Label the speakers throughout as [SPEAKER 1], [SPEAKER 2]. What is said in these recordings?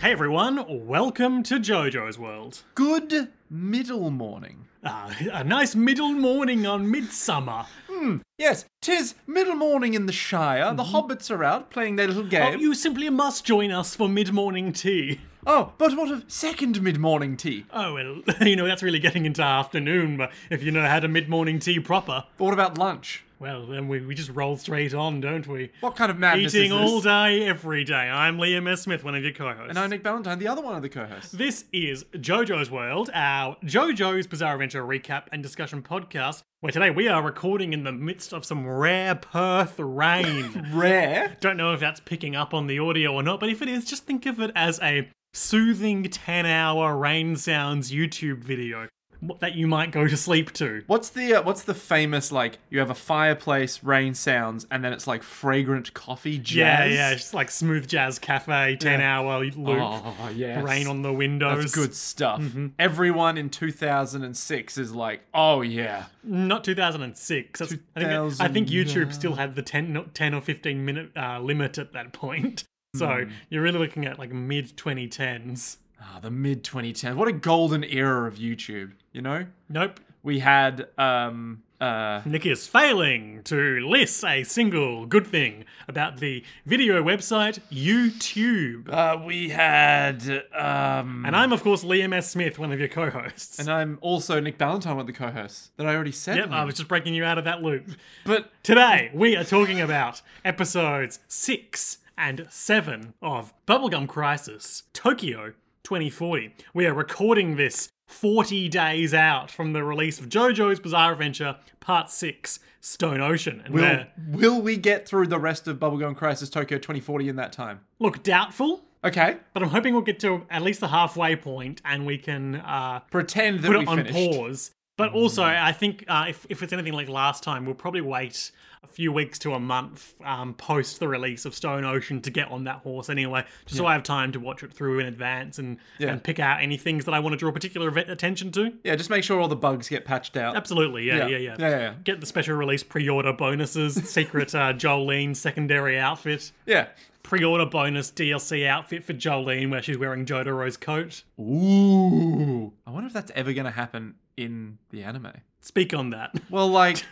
[SPEAKER 1] Hey everyone, welcome to JoJo's World.
[SPEAKER 2] Good middle morning.
[SPEAKER 1] Ah, a nice middle morning on Midsummer.
[SPEAKER 2] Yes, 'tis middle morning in the Shire. The hobbits are out playing their little
[SPEAKER 1] Mm-hmm. Oh,
[SPEAKER 2] game. Oh,
[SPEAKER 1] you simply must join us for mid morning tea.
[SPEAKER 2] Oh, but what of second mid morning tea?
[SPEAKER 1] Oh, well, you know, that's really getting into afternoon, but if you know how to mid morning tea proper,
[SPEAKER 2] But what about lunch?
[SPEAKER 1] well, then we, we just roll straight on, don't we?
[SPEAKER 2] What kind of madness
[SPEAKER 1] Eating
[SPEAKER 2] is this?
[SPEAKER 1] all day, every day. I'm Liam S. Smith, one of your co hosts.
[SPEAKER 2] and I'm Nick Ballantyne, the other one of the co-hosts.
[SPEAKER 1] This is JoJo's World, our JoJo's Bizarre Adventure recap and discussion podcast, where today we are recording in the midst of some rare Perth rain.
[SPEAKER 2] Rare.
[SPEAKER 1] Don't know if that's picking up on the audio or not, but if it is, just think of it as a soothing 10 hour rain sounds YouTube video that you might go to sleep to.
[SPEAKER 2] What's the uh, what's the famous like? You have a fireplace, rain sounds, and then it's like fragrant coffee
[SPEAKER 1] Yeah,
[SPEAKER 2] jazz.
[SPEAKER 1] yeah, it's just like smooth jazz cafe, 10 hour loop,
[SPEAKER 2] Oh yes.
[SPEAKER 1] rain on the Mm-hmm. windows.
[SPEAKER 2] That's good stuff. Everyone in 2006 is like, oh yeah.
[SPEAKER 1] Not 2006. That's- I, think I think
[SPEAKER 2] 2000,
[SPEAKER 1] YouTube still had the 10, no- 10 or 15 minute uh, limit at that point. So
[SPEAKER 2] Hmm.
[SPEAKER 1] you're really looking at like mid 2010s.
[SPEAKER 2] Ah, the mid 2010s. What a golden era of YouTube, you know?
[SPEAKER 1] Nope.
[SPEAKER 2] We had um uh
[SPEAKER 1] Nick is failing to list a single good thing about the video website YouTube.
[SPEAKER 2] uh we had um
[SPEAKER 1] And I'm, of course, Liam S. Smith, one of your co hosts.
[SPEAKER 2] and I'm also Nick Ballantyne with the co-hosts that I already said.
[SPEAKER 1] Yep, I was just breaking you out of that loop.
[SPEAKER 2] But
[SPEAKER 1] Today, we are talking about episodes 6 and 7 of Bubblegum Crisis Tokyo 2040. We are recording this 40 days out from the release of JoJo's Bizarre Adventure Part 6 Stone Ocean. And
[SPEAKER 2] will,
[SPEAKER 1] we're-
[SPEAKER 2] will we get through the rest of Bubblegum Crisis Tokyo 2040 in that time?
[SPEAKER 1] look, doubtful,
[SPEAKER 2] Okay.
[SPEAKER 1] but I'm hoping we'll get to at least the halfway point and we can uh,
[SPEAKER 2] Pretend that
[SPEAKER 1] put
[SPEAKER 2] we
[SPEAKER 1] it on
[SPEAKER 2] finished. Mm.
[SPEAKER 1] pause. But also, I think uh, if, if it's anything like last time, we'll probably wait a few weeks to a month um, post the release of Stone Ocean to get on that horse anyway, just so I have time to watch it through in advance and,
[SPEAKER 2] Yeah.
[SPEAKER 1] and pick out any things that I want to draw particular vet- attention to.
[SPEAKER 2] Yeah, just make sure all the bugs get patched out.
[SPEAKER 1] Absolutely, yeah, yeah, yeah.
[SPEAKER 2] Yeah, yeah, yeah.
[SPEAKER 1] Get the special release pre order bonuses, secret uh, Jolene secondary outfit,
[SPEAKER 2] Yeah.
[SPEAKER 1] pre order bonus DLC outfit for Jolene where she's wearing Jotaro's coat.
[SPEAKER 2] Ooh. I wonder if that's ever going to happen in the anime.
[SPEAKER 1] Speak on that.
[SPEAKER 2] Well, like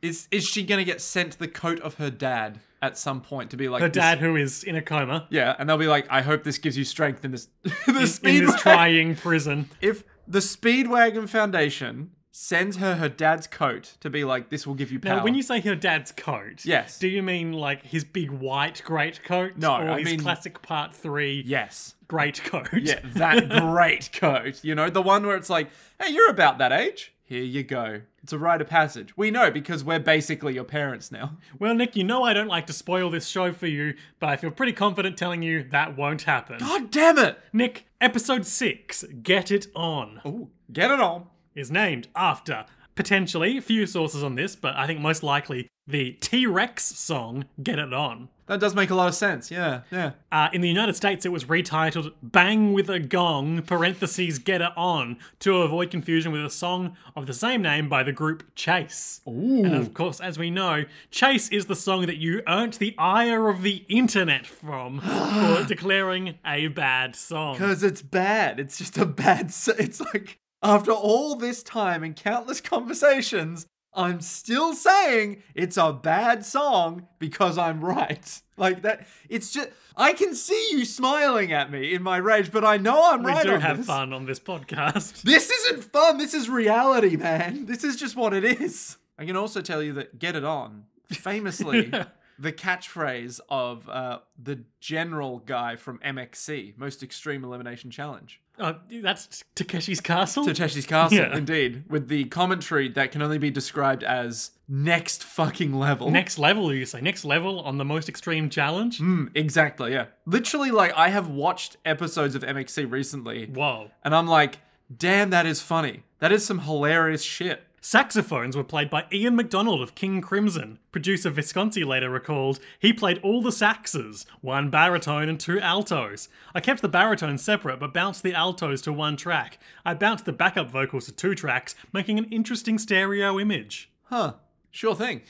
[SPEAKER 2] Is is she gonna get sent the coat of her dad at some point to be like
[SPEAKER 1] Her
[SPEAKER 2] this-
[SPEAKER 1] dad, who is in a coma,
[SPEAKER 2] Yeah, and they'll be like, I hope this gives you strength in this the
[SPEAKER 1] in
[SPEAKER 2] speed
[SPEAKER 1] this
[SPEAKER 2] wa-
[SPEAKER 1] trying prison.
[SPEAKER 2] If the Speedwagon Foundation sends her her dad's coat to be like, this will give you power.
[SPEAKER 1] Now, when you say her dad's coat,
[SPEAKER 2] Yes.
[SPEAKER 1] do you mean like his big white great coat?
[SPEAKER 2] No,
[SPEAKER 1] or
[SPEAKER 2] I
[SPEAKER 1] his
[SPEAKER 2] mean-
[SPEAKER 1] classic Part Three
[SPEAKER 2] yes,
[SPEAKER 1] great coat.
[SPEAKER 2] yeah, that great coat, you know, the one where it's like, hey, you're about that age. Here you go. It's a rite of passage. We know because we're basically your parents now.
[SPEAKER 1] Well, Nick, you know I don't like to spoil this show for you, but I feel pretty confident telling you that won't happen.
[SPEAKER 2] God damn it!
[SPEAKER 1] Nick, episode six, get it on.
[SPEAKER 2] Ooh, get it on.
[SPEAKER 1] is named after potentially few sources on this, but I think most likely the T Rex song "Get It On."
[SPEAKER 2] That does make a lot of sense. Yeah, yeah.
[SPEAKER 1] Uh, in the United States, it was retitled "Bang with a Gong" (parentheses Get It On) to avoid confusion with a song of the same name by the group Chase.
[SPEAKER 2] Ooh.
[SPEAKER 1] And of course, as we know, Chase is the song that you earned the ire of the internet from for declaring a bad song.
[SPEAKER 2] Because it's bad. It's just a bad. s- It's like, after all this time and countless conversations, I'm still saying it's a bad song because I'm right. Like that. It's just. I can see you smiling at me in my rage, but I know I'm
[SPEAKER 1] We
[SPEAKER 2] right.
[SPEAKER 1] do
[SPEAKER 2] on
[SPEAKER 1] have
[SPEAKER 2] this.
[SPEAKER 1] fun on this podcast.
[SPEAKER 2] This isn't fun. This is reality, man. This is just what it is. I can also tell you that Get It On, famously, the catchphrase of uh, the general guy from MXC, Most Extreme Elimination Challenge.
[SPEAKER 1] Uh, that's Takeshi's Castle.
[SPEAKER 2] Takeshi's Castle,
[SPEAKER 1] Yeah.
[SPEAKER 2] indeed, with the commentary that can only be described as next fucking level.
[SPEAKER 1] Next level, you say? Next level on the most extreme challenge?
[SPEAKER 2] Mm, exactly, yeah. Literally, like, I have watched episodes of MXC recently,
[SPEAKER 1] Whoa.
[SPEAKER 2] and I'm like, damn, that is funny. That is some hilarious shit.
[SPEAKER 1] Saxophones were played by Ian MacDonald of King Crimson. Producer Visconti later recalled he played all the saxes, one baritone and two altos. I kept the baritone separate but bounced the altos to one track. I bounced the backup vocals to two tracks, making an interesting stereo image.
[SPEAKER 2] Huh.
[SPEAKER 1] Mm-hmm.
[SPEAKER 2] Sure thing.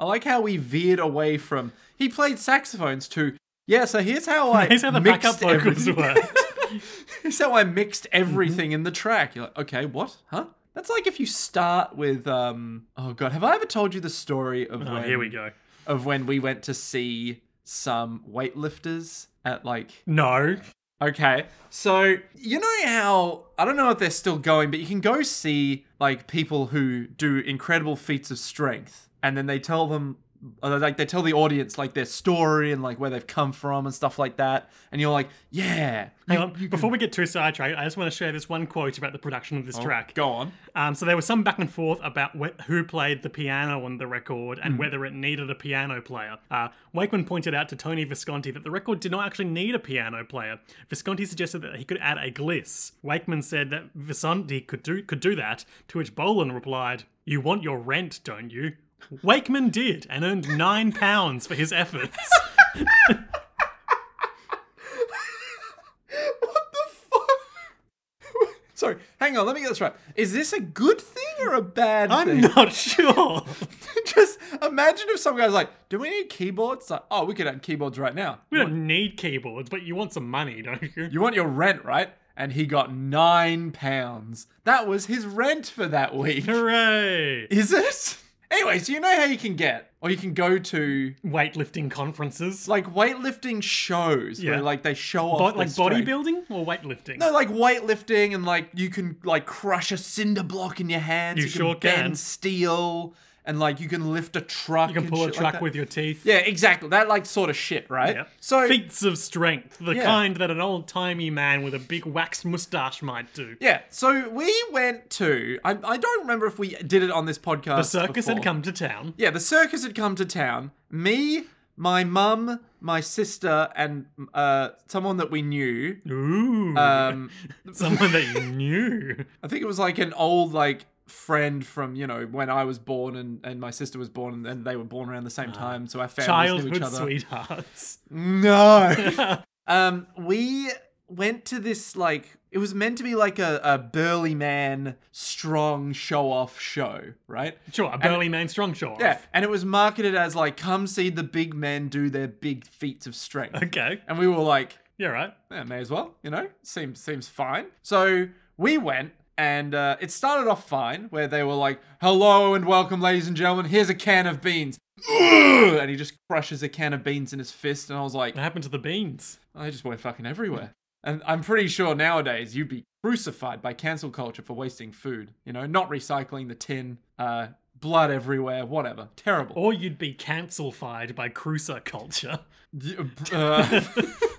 [SPEAKER 2] I like how we veered away from he played saxophones to Yeah, so here's how I
[SPEAKER 1] Here's how the
[SPEAKER 2] mixed
[SPEAKER 1] backup vocals
[SPEAKER 2] everything-
[SPEAKER 1] work.
[SPEAKER 2] Here's how I mixed
[SPEAKER 1] Mm-hmm.
[SPEAKER 2] everything in the track. You're like, okay, what? Huh? That's like if you start with um oh god, have I ever told you the story of
[SPEAKER 1] Oh,
[SPEAKER 2] when
[SPEAKER 1] here we go.
[SPEAKER 2] of when we went to see some weightlifters at like
[SPEAKER 1] No.
[SPEAKER 2] Okay. So, you know how, I don't know if they're still going, but you can go see like people who do incredible feats of strength and then they tell them, uh, like, they tell the audience like their story and like where they've come from and stuff like that. And you're like, yeah.
[SPEAKER 1] Hang on. Before we get too sidetracked, I just want to share this one quote about the production of this track.
[SPEAKER 2] Go on.
[SPEAKER 1] Um, so there was some back and forth about wh- who played the piano on the record and whether it needed a piano player. Uh, Wakeman pointed out to Tony Visconti that the record did not actually need a piano player. Visconti suggested that he could add a gliss. Wakeman said that Visconti could do could do that. To which Bolan replied, "You want your rent, don't you?" Wakeman did and earned nine pounds for his efforts.
[SPEAKER 2] What the fuck? Sorry, hang on, let me get this right. Is this a good thing or a bad
[SPEAKER 1] I'm
[SPEAKER 2] thing?
[SPEAKER 1] not sure.
[SPEAKER 2] Just imagine if some guy's like, do we need keyboards? Like, oh, we could add keyboards right now.
[SPEAKER 1] We don't need keyboards, but you want some money, don't you?
[SPEAKER 2] You want your rent, right? And he got nine pounds. That was his rent for that week.
[SPEAKER 1] Hooray!
[SPEAKER 2] Is it? Anyway, so you know how you can get, or you can go to
[SPEAKER 1] Weightlifting conferences.
[SPEAKER 2] like weightlifting shows
[SPEAKER 1] Yeah.
[SPEAKER 2] where like they show off
[SPEAKER 1] Bo-
[SPEAKER 2] their
[SPEAKER 1] like
[SPEAKER 2] strength.
[SPEAKER 1] bodybuilding or weightlifting?
[SPEAKER 2] No, like weightlifting, and like you can like crush a cinder block in your hands.
[SPEAKER 1] You
[SPEAKER 2] can
[SPEAKER 1] sure can.
[SPEAKER 2] bend steel, and like you can lift a truck.
[SPEAKER 1] you can pull a
[SPEAKER 2] shit like
[SPEAKER 1] truck
[SPEAKER 2] that.
[SPEAKER 1] with your teeth.
[SPEAKER 2] Yeah, exactly. That like sort of shit, right?
[SPEAKER 1] Yep.
[SPEAKER 2] So
[SPEAKER 1] feats of strength, the
[SPEAKER 2] Yeah.
[SPEAKER 1] kind that an old timey man with a big waxed mustache might do.
[SPEAKER 2] Yeah, so we went to. I, I don't remember if we did it on this podcast.
[SPEAKER 1] The circus
[SPEAKER 2] before.
[SPEAKER 1] had come to town.
[SPEAKER 2] Yeah, the circus had come to town. Me, my mum, my sister, and uh, someone that we knew.
[SPEAKER 1] Ooh,
[SPEAKER 2] Um,
[SPEAKER 1] someone that you knew.
[SPEAKER 2] I think it was like an old like friend from you know when I was born and, and my sister was born and, and they were born around the same time. So our families knew
[SPEAKER 1] Ah.
[SPEAKER 2] each
[SPEAKER 1] Childhood
[SPEAKER 2] other.
[SPEAKER 1] sweethearts.
[SPEAKER 2] No. um, we went to this like it was meant to be like a, a burly man, strong show off show, right?
[SPEAKER 1] Sure, a burly man strong show off.
[SPEAKER 2] Yeah, and it was marketed as like, come see the big men do their big feats of strength.
[SPEAKER 1] Okay.
[SPEAKER 2] And we were like,
[SPEAKER 1] Yeah, right.
[SPEAKER 2] yeah, may as well, you know, seems seems fine. So we went. And uh, it started off fine, where they were like, "Hello and welcome, ladies and gentlemen. Here's a can of beans." Ugh! And he just crushes a can of beans in his fist, and I was like, "Oh,
[SPEAKER 1] What happened to the beans?
[SPEAKER 2] they just went fucking everywhere. And I'm pretty sure nowadays you'd be crucified by cancel culture for wasting food. You know, not recycling the tin, uh, blood everywhere, whatever. Terrible.
[SPEAKER 1] Or you'd be cancelified by cruiser culture.
[SPEAKER 2] D- uh,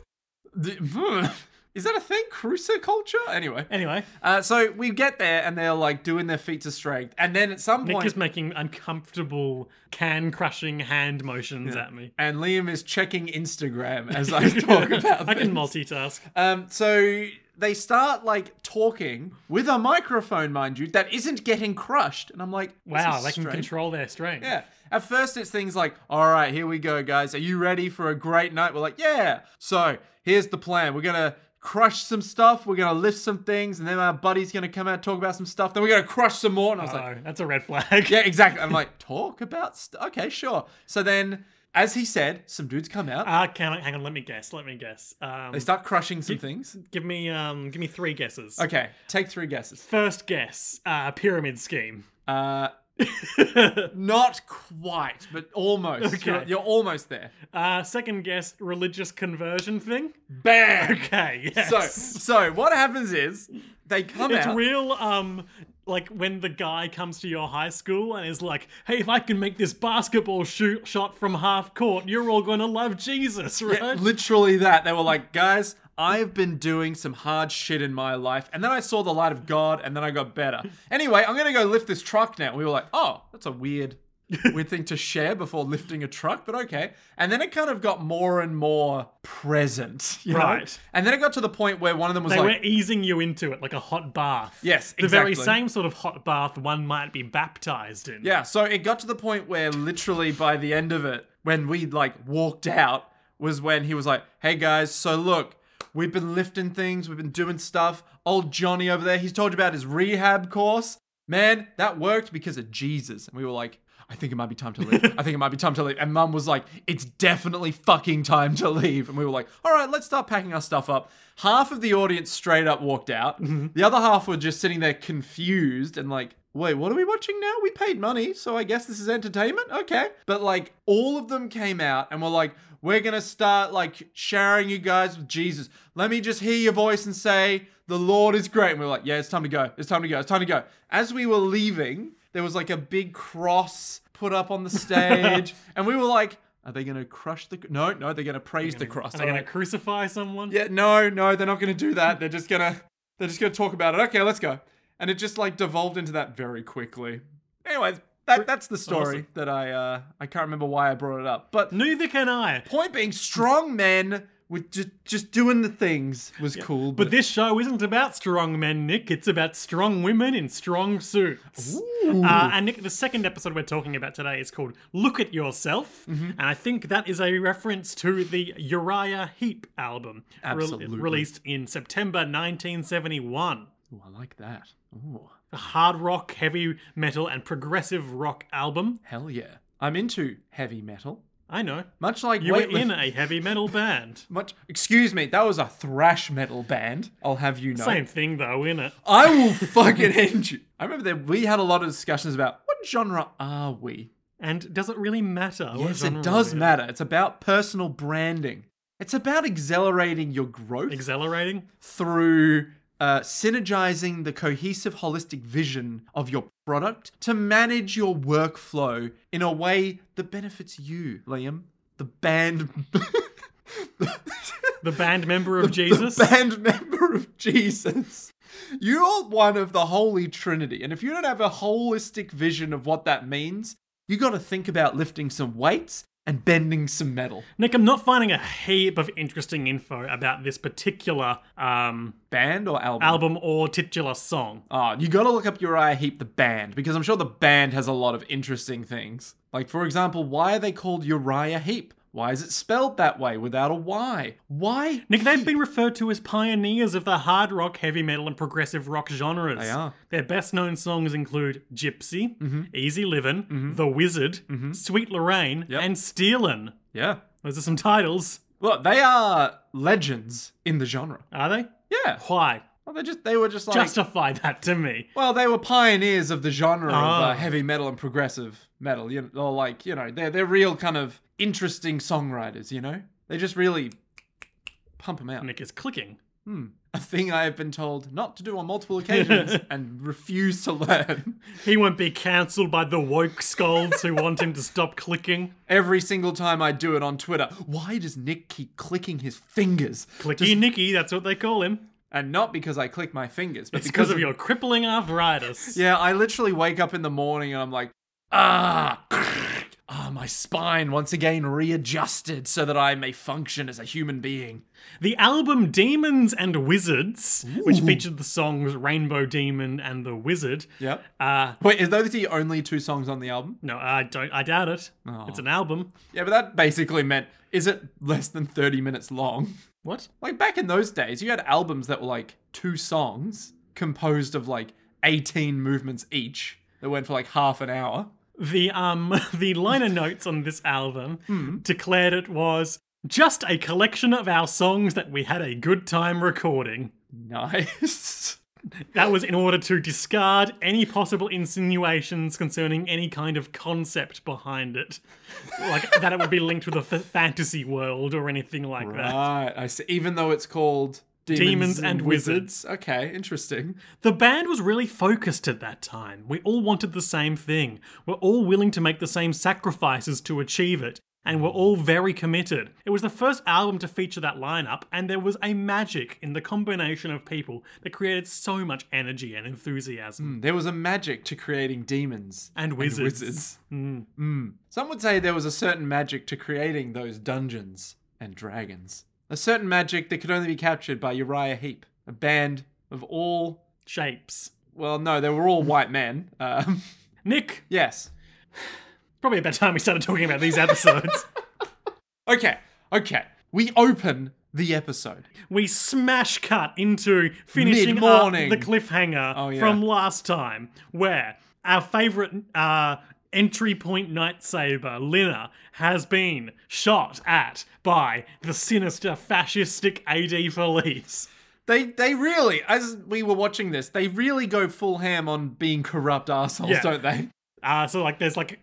[SPEAKER 2] d- Is that a thing? Cruiser culture? Anyway.
[SPEAKER 1] Anyway,
[SPEAKER 2] Uh, so we get there and they're like doing their feats of strength. And then at some
[SPEAKER 1] Nick
[SPEAKER 2] point-
[SPEAKER 1] is making uncomfortable can crushing hand motions at me.
[SPEAKER 2] and Liam is checking Instagram as I talk about
[SPEAKER 1] I can
[SPEAKER 2] things.
[SPEAKER 1] multitask.
[SPEAKER 2] Um, so they start like talking with a microphone, mind you, that isn't getting crushed. And I'm like, this
[SPEAKER 1] Wow,
[SPEAKER 2] is
[SPEAKER 1] they can
[SPEAKER 2] strange.
[SPEAKER 1] control their strength.
[SPEAKER 2] Yeah. At first, it's things like, all right, here we go, guys. Are you ready for a great night? We're like, yeah. So here's the plan. We're going to crush some stuff. We're going to lift some things. And then our buddy's going to come out and talk about some stuff. Then we're going to crush some more. And I was
[SPEAKER 1] Oh,
[SPEAKER 2] like,
[SPEAKER 1] that's a red flag.
[SPEAKER 2] yeah, exactly. I'm like, talk about stuff. Okay, sure. So then, as he said, some dudes come out.
[SPEAKER 1] Ah, can I, hang on, let me guess. Let me guess. Um,
[SPEAKER 2] they start crushing some things.
[SPEAKER 1] give me um, give me three guesses.
[SPEAKER 2] Okay, take three guesses.
[SPEAKER 1] First guess, uh, pyramid scheme.
[SPEAKER 2] Uh,
[SPEAKER 1] uh,
[SPEAKER 2] Not quite, but almost.
[SPEAKER 1] Okay.
[SPEAKER 2] You're, you're almost there.
[SPEAKER 1] Uh, second guess, religious conversion thing.
[SPEAKER 2] Bang!
[SPEAKER 1] Okay, yes.
[SPEAKER 2] So, so what happens is they come
[SPEAKER 1] it's
[SPEAKER 2] out.
[SPEAKER 1] real, um, like when the guy comes to your high school and is like, "Hey, if I can make this basketball shoot shot from half court, you're all gonna love Jesus, right?"
[SPEAKER 2] Yeah, literally that. They were like, guys, I've been doing some hard shit in my life, and then I saw the light of God, and then I got better. Anyway, I'm gonna go lift this truck now. We were like, oh, that's a weird, weird thing to share before lifting a truck, but okay. And then it kind of got more and more present, you know?
[SPEAKER 1] Right.
[SPEAKER 2] And then it got to the point where one of them was
[SPEAKER 1] They
[SPEAKER 2] like,
[SPEAKER 1] were easing you into it like a hot bath.
[SPEAKER 2] Yes,
[SPEAKER 1] The very
[SPEAKER 2] exactly.
[SPEAKER 1] same sort of hot bath one might be baptized in.
[SPEAKER 2] Yeah, so it got to the point where literally by the end of it, when we like walked out, was when he was like, "Hey guys, so look, we've been lifting things, we've been doing stuff. Old Johnny over there, he's told you about his rehab course. Man, that worked because of Jesus. And we were like, I think it might be time to leave. I think it might be time to leave. And mum was like, it's definitely fucking time to leave. And we were like, all right, let's start packing our stuff up. Half of the audience straight up walked out. The other half were just sitting there confused and like, wait, what are we watching now? We paid money, so I guess this is entertainment? Okay. But like, all of them came out and were like, we're going to start like showering you guys with Jesus. Let me just hear your voice and say, the Lord is great. And we were like, yeah, it's time to go. It's time to go. It's time to go. As we were leaving, there was like a big cross put up on the stage. and we were like, are they going to crush the. No, no, they're going to praise the cross.
[SPEAKER 1] Are they
[SPEAKER 2] All
[SPEAKER 1] going to
[SPEAKER 2] right.
[SPEAKER 1] crucify someone?
[SPEAKER 2] Yeah, no, no, they're not gonna do that. They're just gonna they're just gonna talk about it. Okay, let's go. And it just like devolved into that very quickly. Anyways, that that's the story
[SPEAKER 1] Awesome.
[SPEAKER 2] that I uh I can't remember why I brought it up. But
[SPEAKER 1] Neither can I.
[SPEAKER 2] point being strong men with just just doing the things was cool.
[SPEAKER 1] But this show isn't about strong men, Nick. It's about strong women in strong suits. Uh, and Nick, the second episode we're talking about today is called Look at Yourself.
[SPEAKER 2] Mm-hmm.
[SPEAKER 1] And I think that is a reference to the Uriah Heep album re-
[SPEAKER 2] Absolutely.
[SPEAKER 1] released in September 1971.
[SPEAKER 2] Ooh, I like that. Ooh.
[SPEAKER 1] A hard rock, heavy metal, and progressive rock album.
[SPEAKER 2] Hell yeah. I'm into heavy metal.
[SPEAKER 1] I know.
[SPEAKER 2] Much like
[SPEAKER 1] You were
[SPEAKER 2] weightlif-
[SPEAKER 1] in a heavy metal band.
[SPEAKER 2] much excuse me, that was a thrash metal band, I'll have you know.
[SPEAKER 1] Same thing though, innit?
[SPEAKER 2] I will fucking end you. I remember that we had a lot of discussions about what genre are we?
[SPEAKER 1] And does it really matter? what
[SPEAKER 2] Yes,
[SPEAKER 1] genre
[SPEAKER 2] it does
[SPEAKER 1] we're in?
[SPEAKER 2] matter. It's about personal branding. It's about accelerating your growth
[SPEAKER 1] Accelerating?
[SPEAKER 2] through uh, synergizing the cohesive, holistic vision of your product to manage your workflow in a way that benefits you, Liam, the band,
[SPEAKER 1] The band member of Jesus?
[SPEAKER 2] band member of Jesus. You're one of the Holy Trinity, and if you don't have a holistic vision of what that means, you got to think about lifting some weights and bending some metal.
[SPEAKER 1] Nick, I'm not finding a heap of interesting info about this particular um,
[SPEAKER 2] Band or album?
[SPEAKER 1] album or titular song.
[SPEAKER 2] Ah, you gotta look up Uriah Heep the band, because I'm sure the band has a lot of interesting things. Like, for example, why are they called Uriah Heep? Why is it spelled that way without a Y? Why?
[SPEAKER 1] Nick, they've been referred to as pioneers of the hard rock, heavy metal, and progressive rock genres.
[SPEAKER 2] They are. Mm-hmm.
[SPEAKER 1] Their best known songs include Gypsy, Easy Livin', The Wizard, Sweet Lorraine, and Stealin'.
[SPEAKER 2] Yeah.
[SPEAKER 1] Those are some titles,
[SPEAKER 2] Well, they are legends in the genre.
[SPEAKER 1] are they?
[SPEAKER 2] Yeah.
[SPEAKER 1] Why?
[SPEAKER 2] Well, they just they were just like
[SPEAKER 1] Justify that to me.
[SPEAKER 2] Well, they were pioneers of the genre of
[SPEAKER 1] Ah.
[SPEAKER 2] uh, heavy metal and progressive metal. You know, or like you know, they're they're real kind of interesting songwriters. You know, they just really pump them out.
[SPEAKER 1] Nick is clicking.
[SPEAKER 2] A thing I have been told not to do on multiple occasions and refuse to learn.
[SPEAKER 1] He won't be cancelled by the woke scolds who want him to stop clicking.
[SPEAKER 2] Every single time I do it on Twitter, why does Nick keep clicking his fingers?
[SPEAKER 1] Clicky Nicky, that's what they call him.
[SPEAKER 2] And not because I click my fingers, but
[SPEAKER 1] It's because of your crippling arthritis.
[SPEAKER 2] Yeah, I literally wake up in the morning and I'm like, ah, ah, my spine once again readjusted so that I may function as a human being.
[SPEAKER 1] The album Demons and Wizards, which featured the songs Rainbow Demon and The Wizard.
[SPEAKER 2] Yep.
[SPEAKER 1] Uh,
[SPEAKER 2] Wait, is those the only two songs on the album?
[SPEAKER 1] no, I don't. I doubt it. It's an album.
[SPEAKER 2] Yeah, but that basically meant is it less than 30 minutes long?
[SPEAKER 1] What?
[SPEAKER 2] Like back in those days, you had albums that were like two songs composed of like 18 movements each that went for like half an hour.
[SPEAKER 1] The um the liner notes on this album declared it was just a collection of our songs that we had a good time recording.
[SPEAKER 2] Nice.
[SPEAKER 1] That was in order to discard any possible insinuations concerning any kind of concept behind it. Like that it would be linked with a f- fantasy world or anything like that.
[SPEAKER 2] right, I see. Even though it's called Demons,
[SPEAKER 1] Demons and Wizards.
[SPEAKER 2] Okay, interesting.
[SPEAKER 1] The band was really focused at that time. We all wanted the same thing. We're all willing to make the same sacrifices to achieve it. And we're all very committed. It was the first album to feature that lineup, and there was a magic in the combination of people that created so much energy and enthusiasm.
[SPEAKER 2] There was a magic to creating demons
[SPEAKER 1] And wizards.
[SPEAKER 2] wizards. Mm. Some would say there was a certain magic to creating those dungeons and dragons. A certain magic that could only be captured by Uriah Heep, a band of all.
[SPEAKER 1] Shapes.
[SPEAKER 2] Well, no, they were all white men. Um,
[SPEAKER 1] Nick,
[SPEAKER 2] yes.
[SPEAKER 1] probably about time we started talking about these episodes.
[SPEAKER 2] Okay, okay. We open the episode.
[SPEAKER 1] We smash cut into finishing up
[SPEAKER 2] Mid-morning.
[SPEAKER 1] the cliffhanger
[SPEAKER 2] Oh, yeah.
[SPEAKER 1] from last time, where our favorite uh, entry point lightsaber, Lina, has been shot at by the sinister fascistic AD police.
[SPEAKER 2] They they really, as we were watching this, they really go full ham on being corrupt assholes,
[SPEAKER 1] Yeah.
[SPEAKER 2] don't they?
[SPEAKER 1] Uh, so like, there's like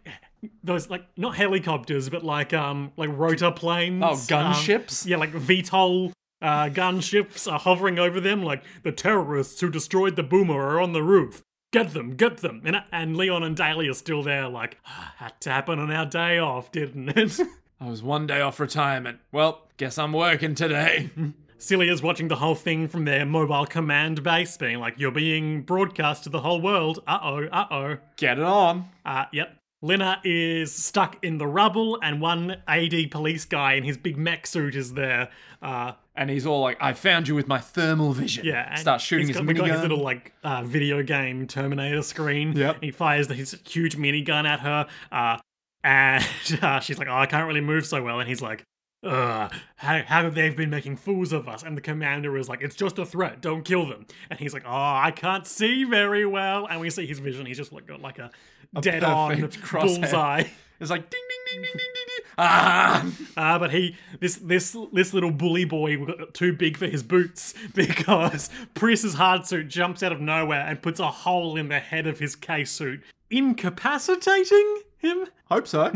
[SPEAKER 1] those like not helicopters, but like um like rotor planes.
[SPEAKER 2] Oh,
[SPEAKER 1] um,
[SPEAKER 2] gunships?
[SPEAKER 1] yeah, like VTOL. Uh, gunships are hovering over them, like the terrorists who destroyed the boomer are on the roof. Get them, get them! And and Leon and Daly are still there, like "Ah, had to happen on our day off, didn't it?
[SPEAKER 2] I was one day off retirement. Well, guess I'm working today.
[SPEAKER 1] Celia's watching the whole thing from their mobile command base, being like, "You're being broadcast to the whole world." Uh oh, uh oh.
[SPEAKER 2] Get it on.
[SPEAKER 1] Uh, yep. Lena is stuck in the rubble, and one AD police guy in his big mech suit is there. Uh,
[SPEAKER 2] And he's all like, I found you with my thermal vision.
[SPEAKER 1] yeah, and
[SPEAKER 2] Start shooting
[SPEAKER 1] he's got,
[SPEAKER 2] his
[SPEAKER 1] we got his
[SPEAKER 2] minigun.
[SPEAKER 1] little like uh, video game Terminator screen.
[SPEAKER 2] Yep.
[SPEAKER 1] He fires his huge minigun at her, uh, and uh, she's like, "Oh, I can't really move so well," and he's like. Ugh, how, how have they been making fools of us? And the commander is like, it's just a threat, don't kill them. And he's like, oh, I can't see very well. And we see his vision, he's just like got like a, dead on
[SPEAKER 2] perfect crosshair.
[SPEAKER 1] bullseye.
[SPEAKER 2] It's like ding ding ding ding ding ding ding. Ah!
[SPEAKER 1] Ah, but he this this this little bully boy got too big for his boots because Prius's hard suit jumps out of nowhere and puts a hole in the head of his K suit, incapacitating him.
[SPEAKER 2] Hope so.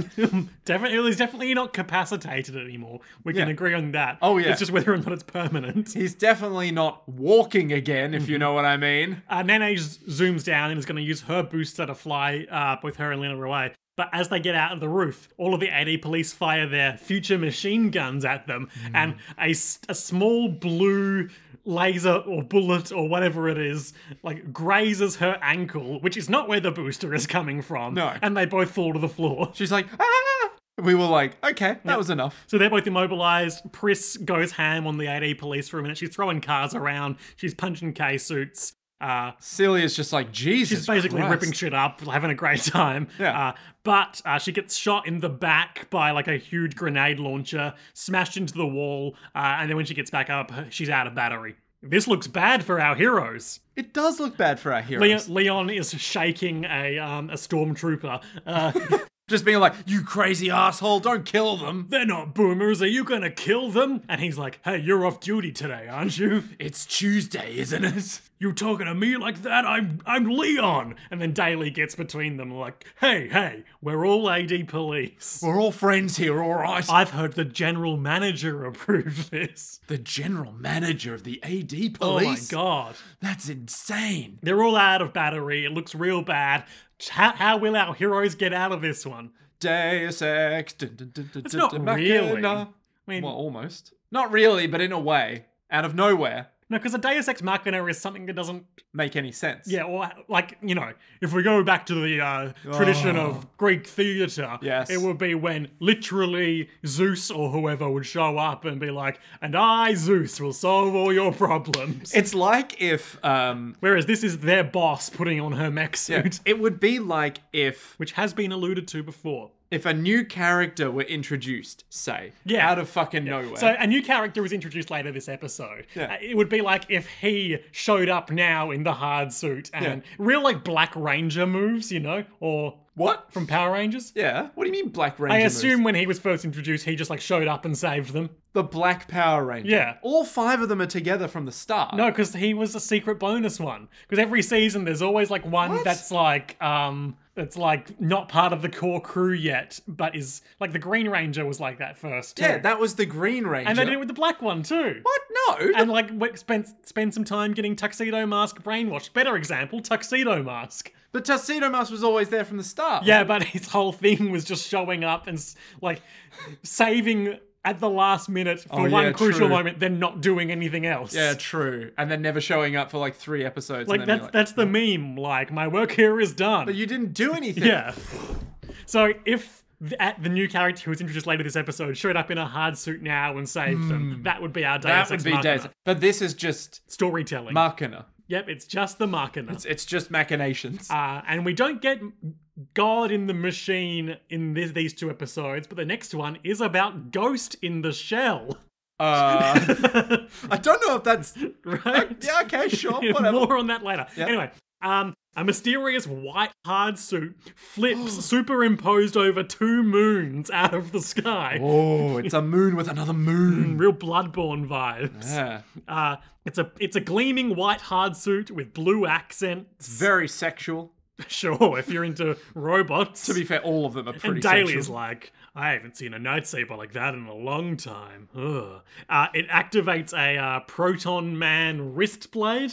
[SPEAKER 1] definitely, he's definitely not capacitated anymore. We can
[SPEAKER 2] Yeah.
[SPEAKER 1] agree on that.
[SPEAKER 2] Oh, yeah.
[SPEAKER 1] it's just whether or not it's permanent.
[SPEAKER 2] He's definitely not walking again,
[SPEAKER 1] Mm-hmm.
[SPEAKER 2] if you know what I mean.
[SPEAKER 1] Uh, Nene z- zooms down and is going to use her booster to fly uh, both her and Lena away. But as they get out of the roof, all of the AD police fire their future machine guns at them, and a, s- a small blue laser or bullet or whatever it is, like grazes her ankle, which is not where the booster is coming from.
[SPEAKER 2] No.
[SPEAKER 1] And they both fall to the floor.
[SPEAKER 2] She's like, ah! We were like, okay, that was enough.
[SPEAKER 1] So they're both immobilized. Pris goes ham on the AD police for a minute. She's throwing cars around, she's punching K suits. Uh,
[SPEAKER 2] Celia's just like, Jesus.
[SPEAKER 1] She's basically
[SPEAKER 2] Christ.
[SPEAKER 1] ripping shit up, having a great time.
[SPEAKER 2] Yeah.
[SPEAKER 1] Uh, but uh, she gets shot in the back by like a huge grenade launcher, smashed into the wall, uh, and then when she gets back up, she's out of battery. This looks bad for our heroes.
[SPEAKER 2] It does look bad for our heroes.
[SPEAKER 1] Leon, Leon is shaking a um, a stormtrooper. Uh,
[SPEAKER 2] Just being like, you crazy asshole, don't kill them.
[SPEAKER 1] They're not boomers. Are you gonna kill them? And he's like, Hey, you're off duty today, aren't you?
[SPEAKER 2] It's Tuesday, isn't it?
[SPEAKER 1] You talking to me like that? I'm I'm Leon. And then Daly gets between them, like, Hey, hey, we're all AD police.
[SPEAKER 2] We're all friends here, alright?
[SPEAKER 1] I've heard the general manager approved this.
[SPEAKER 2] the general manager of the AD police.
[SPEAKER 1] Oh my god.
[SPEAKER 2] That's insane.
[SPEAKER 1] They're all out of battery. It looks real bad. How, how will our heroes get out of this one?
[SPEAKER 2] Deus Ex. Dun, dun, dun, dun,
[SPEAKER 1] It's
[SPEAKER 2] dun,
[SPEAKER 1] not
[SPEAKER 2] dun,
[SPEAKER 1] really. I
[SPEAKER 2] Machina.
[SPEAKER 1] mean,
[SPEAKER 2] Well, almost. Not really, but in a way. Out of nowhere.
[SPEAKER 1] no, because a Deus Ex Machina is something that doesn't,
[SPEAKER 2] Make any sense.
[SPEAKER 1] yeah, or like you know, if we go back to the uh, tradition of Greek theatre,
[SPEAKER 2] Oh. Yes.
[SPEAKER 1] it would be when literally Zeus or whoever would show up and be like, "And I, Zeus, will solve all your problems."
[SPEAKER 2] It's like if um
[SPEAKER 1] Whereas this is their boss putting on her mech suit.
[SPEAKER 2] it would be like if
[SPEAKER 1] which has been alluded to before.
[SPEAKER 2] if a new character were introduced, say,
[SPEAKER 1] Yeah.
[SPEAKER 2] out of fucking nowhere.
[SPEAKER 1] So a new character was introduced later this episode.
[SPEAKER 2] Yeah.
[SPEAKER 1] Uh, It would be like if he showed up now in the hard suit and real like Black Ranger moves, you know, or
[SPEAKER 2] what?
[SPEAKER 1] from Power Rangers.
[SPEAKER 2] Yeah. What do you mean Black Ranger?
[SPEAKER 1] I
[SPEAKER 2] moves?
[SPEAKER 1] assume when he was first introduced, he just like showed up and saved them.
[SPEAKER 2] the Black Power Ranger.
[SPEAKER 1] Yeah.
[SPEAKER 2] All five of them are together from the start.
[SPEAKER 1] No, because he was a secret bonus one. Because every season there's always like one
[SPEAKER 2] What?
[SPEAKER 1] that's like um that's like not part of the core crew yet, but is like the Green Ranger was like that first.
[SPEAKER 2] Yeah,
[SPEAKER 1] too.
[SPEAKER 2] that was the Green Ranger.
[SPEAKER 1] and they did it with the black one too.
[SPEAKER 2] What? No.
[SPEAKER 1] and like w- spend spend some time getting tuxedo mask brainwashed. Better example, tuxedo mask.
[SPEAKER 2] the Tuxedo Mask was always there from the start.
[SPEAKER 1] Yeah, but his whole thing was just showing up and s- like saving at the last minute for
[SPEAKER 2] Oh,
[SPEAKER 1] one
[SPEAKER 2] yeah,
[SPEAKER 1] crucial
[SPEAKER 2] true.
[SPEAKER 1] moment, then not doing anything else.
[SPEAKER 2] Yeah, true. And then never showing up for like three episodes.
[SPEAKER 1] like
[SPEAKER 2] and then
[SPEAKER 1] that's
[SPEAKER 2] being
[SPEAKER 1] that's the meme. Like my work here is done.
[SPEAKER 2] But you didn't do anything.
[SPEAKER 1] yeah. So if. th- at the new character who was introduced later this episode showed up in a hard suit now and saved them. That would be our Deus
[SPEAKER 2] Hmm. That
[SPEAKER 1] Ex
[SPEAKER 2] would be
[SPEAKER 1] Machina.
[SPEAKER 2] days. But this is just
[SPEAKER 1] storytelling.
[SPEAKER 2] Machina.
[SPEAKER 1] yep, it's just the Machina.
[SPEAKER 2] It's, it's just machinations.
[SPEAKER 1] Uh, and we don't get God in the Machine in this, these two episodes, but the next one is about Ghost in the Shell. Ah.
[SPEAKER 2] Uh, I don't know if that's.
[SPEAKER 1] right?
[SPEAKER 2] Uh, Yeah, okay, sure, whatever.
[SPEAKER 1] More on that later.
[SPEAKER 2] Yeah.
[SPEAKER 1] Anyway, um, a mysterious white hard suit flips superimposed over two moons out of the sky.
[SPEAKER 2] Oh, it's a moon with another moon.
[SPEAKER 1] Real bloodborne vibes.
[SPEAKER 2] Yeah.
[SPEAKER 1] Uh, it's a it's a gleaming white hard suit with blue accents.
[SPEAKER 2] Very sexual.
[SPEAKER 1] Sure, if you're into robots.
[SPEAKER 2] To be fair, all of them are pretty
[SPEAKER 1] and Daly is
[SPEAKER 2] sexual.
[SPEAKER 1] like, I haven't seen a night saber like that in a long time. Ugh. Uh, it activates a uh, proton man wrist blade.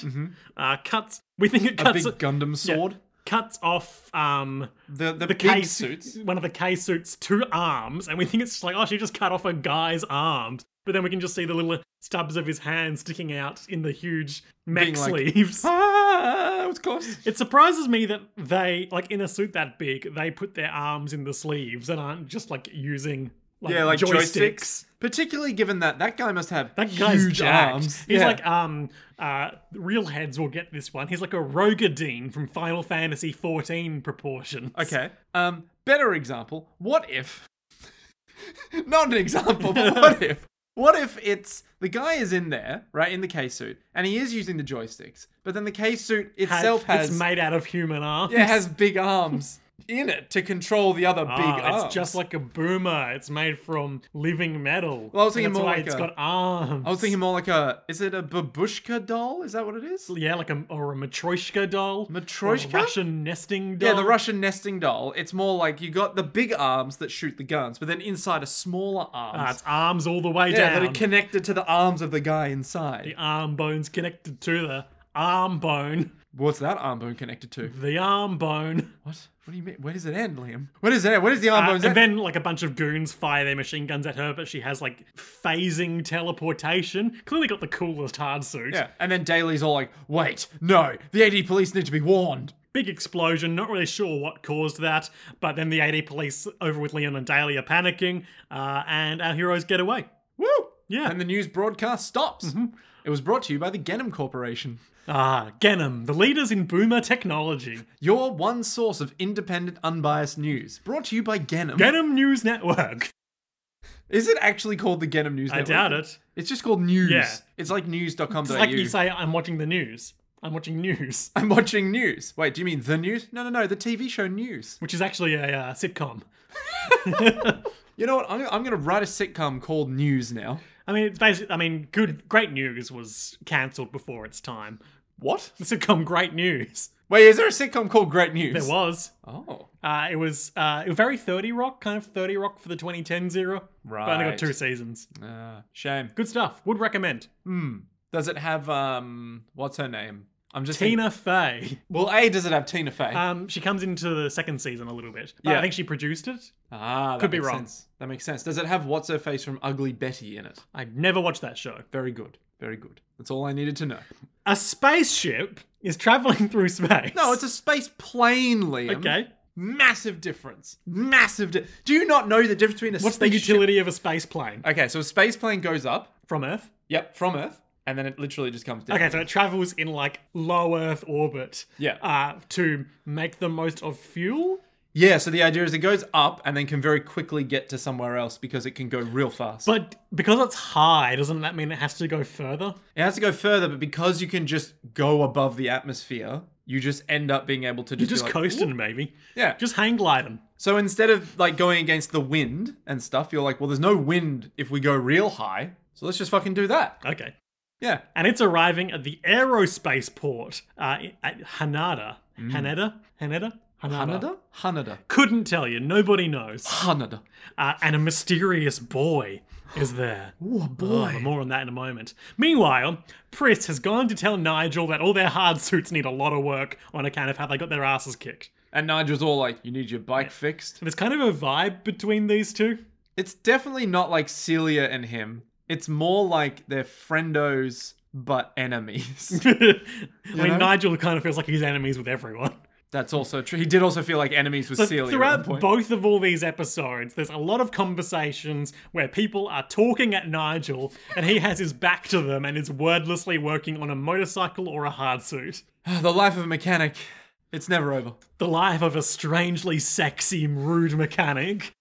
[SPEAKER 1] Uh, cuts. We think it
[SPEAKER 2] Mm-hmm. a
[SPEAKER 1] cuts
[SPEAKER 2] big Gundam sword.
[SPEAKER 1] cuts off um
[SPEAKER 2] The
[SPEAKER 1] the
[SPEAKER 2] the, big
[SPEAKER 1] K
[SPEAKER 2] suits.
[SPEAKER 1] one of the K suits two arms, and we think it's just like, oh, she just cut off a guy's arms. But then we can just see the little stubs of his hands sticking out in the huge mech
[SPEAKER 2] Being like-
[SPEAKER 1] sleeves.
[SPEAKER 2] Ah, that was close.
[SPEAKER 1] It surprises me that they, like, in a suit that big, they put their arms in the sleeves and aren't just like using like,
[SPEAKER 2] yeah, like
[SPEAKER 1] joysticks.
[SPEAKER 2] joysticks. Particularly given that that guy must have
[SPEAKER 1] That guy's
[SPEAKER 2] huge
[SPEAKER 1] jacked.
[SPEAKER 2] arms.
[SPEAKER 1] He's
[SPEAKER 2] Yeah.
[SPEAKER 1] like, um, uh, real heads will get this one. He's like a Rogadine from Final Fantasy XIV proportions.
[SPEAKER 2] okay. Um, better example. What if? Not an example, but what if? What if it's the guy is in there, right, in the K suit, and he is using the joysticks, but then the K suit
[SPEAKER 1] Has-
[SPEAKER 2] itself has
[SPEAKER 1] it's made out of human arms.
[SPEAKER 2] yeah, it has big arms in it to control the other big
[SPEAKER 1] Ah,
[SPEAKER 2] arms.
[SPEAKER 1] It's just like a boomer. It's made from living metal.
[SPEAKER 2] Well, I was thinking
[SPEAKER 1] And that's
[SPEAKER 2] more
[SPEAKER 1] why
[SPEAKER 2] like
[SPEAKER 1] it's
[SPEAKER 2] a-
[SPEAKER 1] got arms.
[SPEAKER 2] I was thinking more like a is it a babushka doll? Is that what it is?
[SPEAKER 1] yeah, like a or a matryoshka doll.
[SPEAKER 2] Matryoshka?
[SPEAKER 1] Or a Russian nesting doll.
[SPEAKER 2] Yeah, the Russian nesting doll. It's more like you got the big arms that shoot the guns, but then inside are smaller
[SPEAKER 1] Ah,
[SPEAKER 2] arms.
[SPEAKER 1] it's arms all the way
[SPEAKER 2] yeah,
[SPEAKER 1] down.
[SPEAKER 2] that are connected to the arms of the guy inside.
[SPEAKER 1] the arm bone's connected to the arm bone.
[SPEAKER 2] What's that arm bone connected to?
[SPEAKER 1] The arm bone.
[SPEAKER 2] What? What do you mean? Where does it end, Liam? Where does it end? Where does the arm
[SPEAKER 1] Uh,
[SPEAKER 2] bone
[SPEAKER 1] and
[SPEAKER 2] end?
[SPEAKER 1] then, like, a bunch of goons fire their machine guns at her, but she has, like, phasing teleportation. Clearly got the coolest hard suit.
[SPEAKER 2] yeah, and then Daly's all like, "Wait, no, the AD police need to be warned."
[SPEAKER 1] Big explosion, not really sure what caused that, but then the AD police over with Leon and Daly are panicking, uh, and our heroes get away.
[SPEAKER 2] Woo!
[SPEAKER 1] Yeah.
[SPEAKER 2] And the news broadcast stops.
[SPEAKER 1] Mm-hmm.
[SPEAKER 2] It was brought to you by the Genom Corporation,
[SPEAKER 1] Ah, Genom, the leaders in boomer technology.
[SPEAKER 2] your one source of independent, unbiased news. Brought to you by Genom.
[SPEAKER 1] Genom News Network.
[SPEAKER 2] Is it actually called the Genom News?
[SPEAKER 1] I
[SPEAKER 2] Network?
[SPEAKER 1] doubt it.
[SPEAKER 2] It's just called news.
[SPEAKER 1] Yeah.
[SPEAKER 2] It's like news.com.au.
[SPEAKER 1] It's like you say, I'm watching the news. I'm watching news,
[SPEAKER 2] I'm watching news. Wait, do you mean the news? No, no, no, the TV show news.
[SPEAKER 1] which is actually a uh, sitcom.
[SPEAKER 2] You know what? I'm, I'm going to write a sitcom called News now.
[SPEAKER 1] I mean, it's basically, I mean, good, great news was cancelled before its time.
[SPEAKER 2] What?
[SPEAKER 1] The sitcom Great News.
[SPEAKER 2] Wait, is there a sitcom called Great News?
[SPEAKER 1] There was.
[SPEAKER 2] Oh.
[SPEAKER 1] Uh, it was uh, it was very 30 Rock, kind of 30 Rock for the 2010s era. But only got
[SPEAKER 2] Right.
[SPEAKER 1] two seasons.
[SPEAKER 2] Uh, shame.
[SPEAKER 1] Good stuff. Would recommend.
[SPEAKER 2] Hmm. Does it have, um, what's her name? I'm just. thinking-
[SPEAKER 1] Tina Fey.
[SPEAKER 2] well, A, does it have Tina Fey?
[SPEAKER 1] Um, she comes into the second season a little bit. But I
[SPEAKER 2] Yeah.
[SPEAKER 1] think she produced it.
[SPEAKER 2] ah, that
[SPEAKER 1] could be
[SPEAKER 2] makes
[SPEAKER 1] wrong.
[SPEAKER 2] sense. That makes sense. Does it have What's Her Face from Ugly Betty in it?
[SPEAKER 1] I never watched that show.
[SPEAKER 2] Very good. Very good. That's all I needed to know.
[SPEAKER 1] A spaceship is traveling through space.
[SPEAKER 2] No, it's a space plane, Liam.
[SPEAKER 1] okay.
[SPEAKER 2] Massive difference. Massive. Di- Do you not know the difference between a
[SPEAKER 1] What's the
[SPEAKER 2] spaceship-
[SPEAKER 1] utility of a space plane
[SPEAKER 2] Okay, so a space plane goes up.
[SPEAKER 1] from Earth?
[SPEAKER 2] Yep, from Earth, and then it literally just comes down.
[SPEAKER 1] Okay, so it travels in like low Earth orbit.
[SPEAKER 2] Yeah.
[SPEAKER 1] Uh, to make the most of fuel.
[SPEAKER 2] Yeah. So the idea is it goes up and then can very quickly get to somewhere else because it can go real fast.
[SPEAKER 1] But because it's high, doesn't that mean it has to go further?
[SPEAKER 2] it has to go further, but because you can just go above the atmosphere, you just end up being able to just,
[SPEAKER 1] You're just
[SPEAKER 2] be like,
[SPEAKER 1] coasting, maybe.
[SPEAKER 2] Yeah.
[SPEAKER 1] Just hang gliding.
[SPEAKER 2] so instead of like going against the wind and stuff, you're like, well, there's no wind if we go real high. So let's just fucking do that.
[SPEAKER 1] Okay.
[SPEAKER 2] Yeah.
[SPEAKER 1] And it's arriving at the aerospace port uh, at Hanada.
[SPEAKER 2] Mm.
[SPEAKER 1] Haneda? Haneda? Hanada?
[SPEAKER 2] Hanada. Hanada.
[SPEAKER 1] Couldn't tell you. Nobody knows.
[SPEAKER 2] Hanada.
[SPEAKER 1] Uh, and a mysterious boy is there.
[SPEAKER 2] Oh
[SPEAKER 1] Oh, more on that in a moment. Meanwhile, Pris has gone to tell Nigel that all their hard suits need a lot of work on account of how they got their asses kicked.
[SPEAKER 2] And Nigel's all like, "You need your bike fixed."
[SPEAKER 1] There's kind of a vibe between these two.
[SPEAKER 2] It's definitely not like Celia and him. It's more like they're friendos but enemies.
[SPEAKER 1] I mean,
[SPEAKER 2] know?
[SPEAKER 1] Nigel kind of feels like he's enemies with everyone.
[SPEAKER 2] That's also true. He did also feel like enemies with Celia. at one
[SPEAKER 1] Throughout
[SPEAKER 2] point.
[SPEAKER 1] both of all these episodes, there's a lot of conversations where people are talking at Nigel and he has his back to them and is wordlessly working on a motorcycle or a hard suit.
[SPEAKER 2] the life of a mechanic. It's never over.
[SPEAKER 1] The life of a strangely sexy, rude mechanic.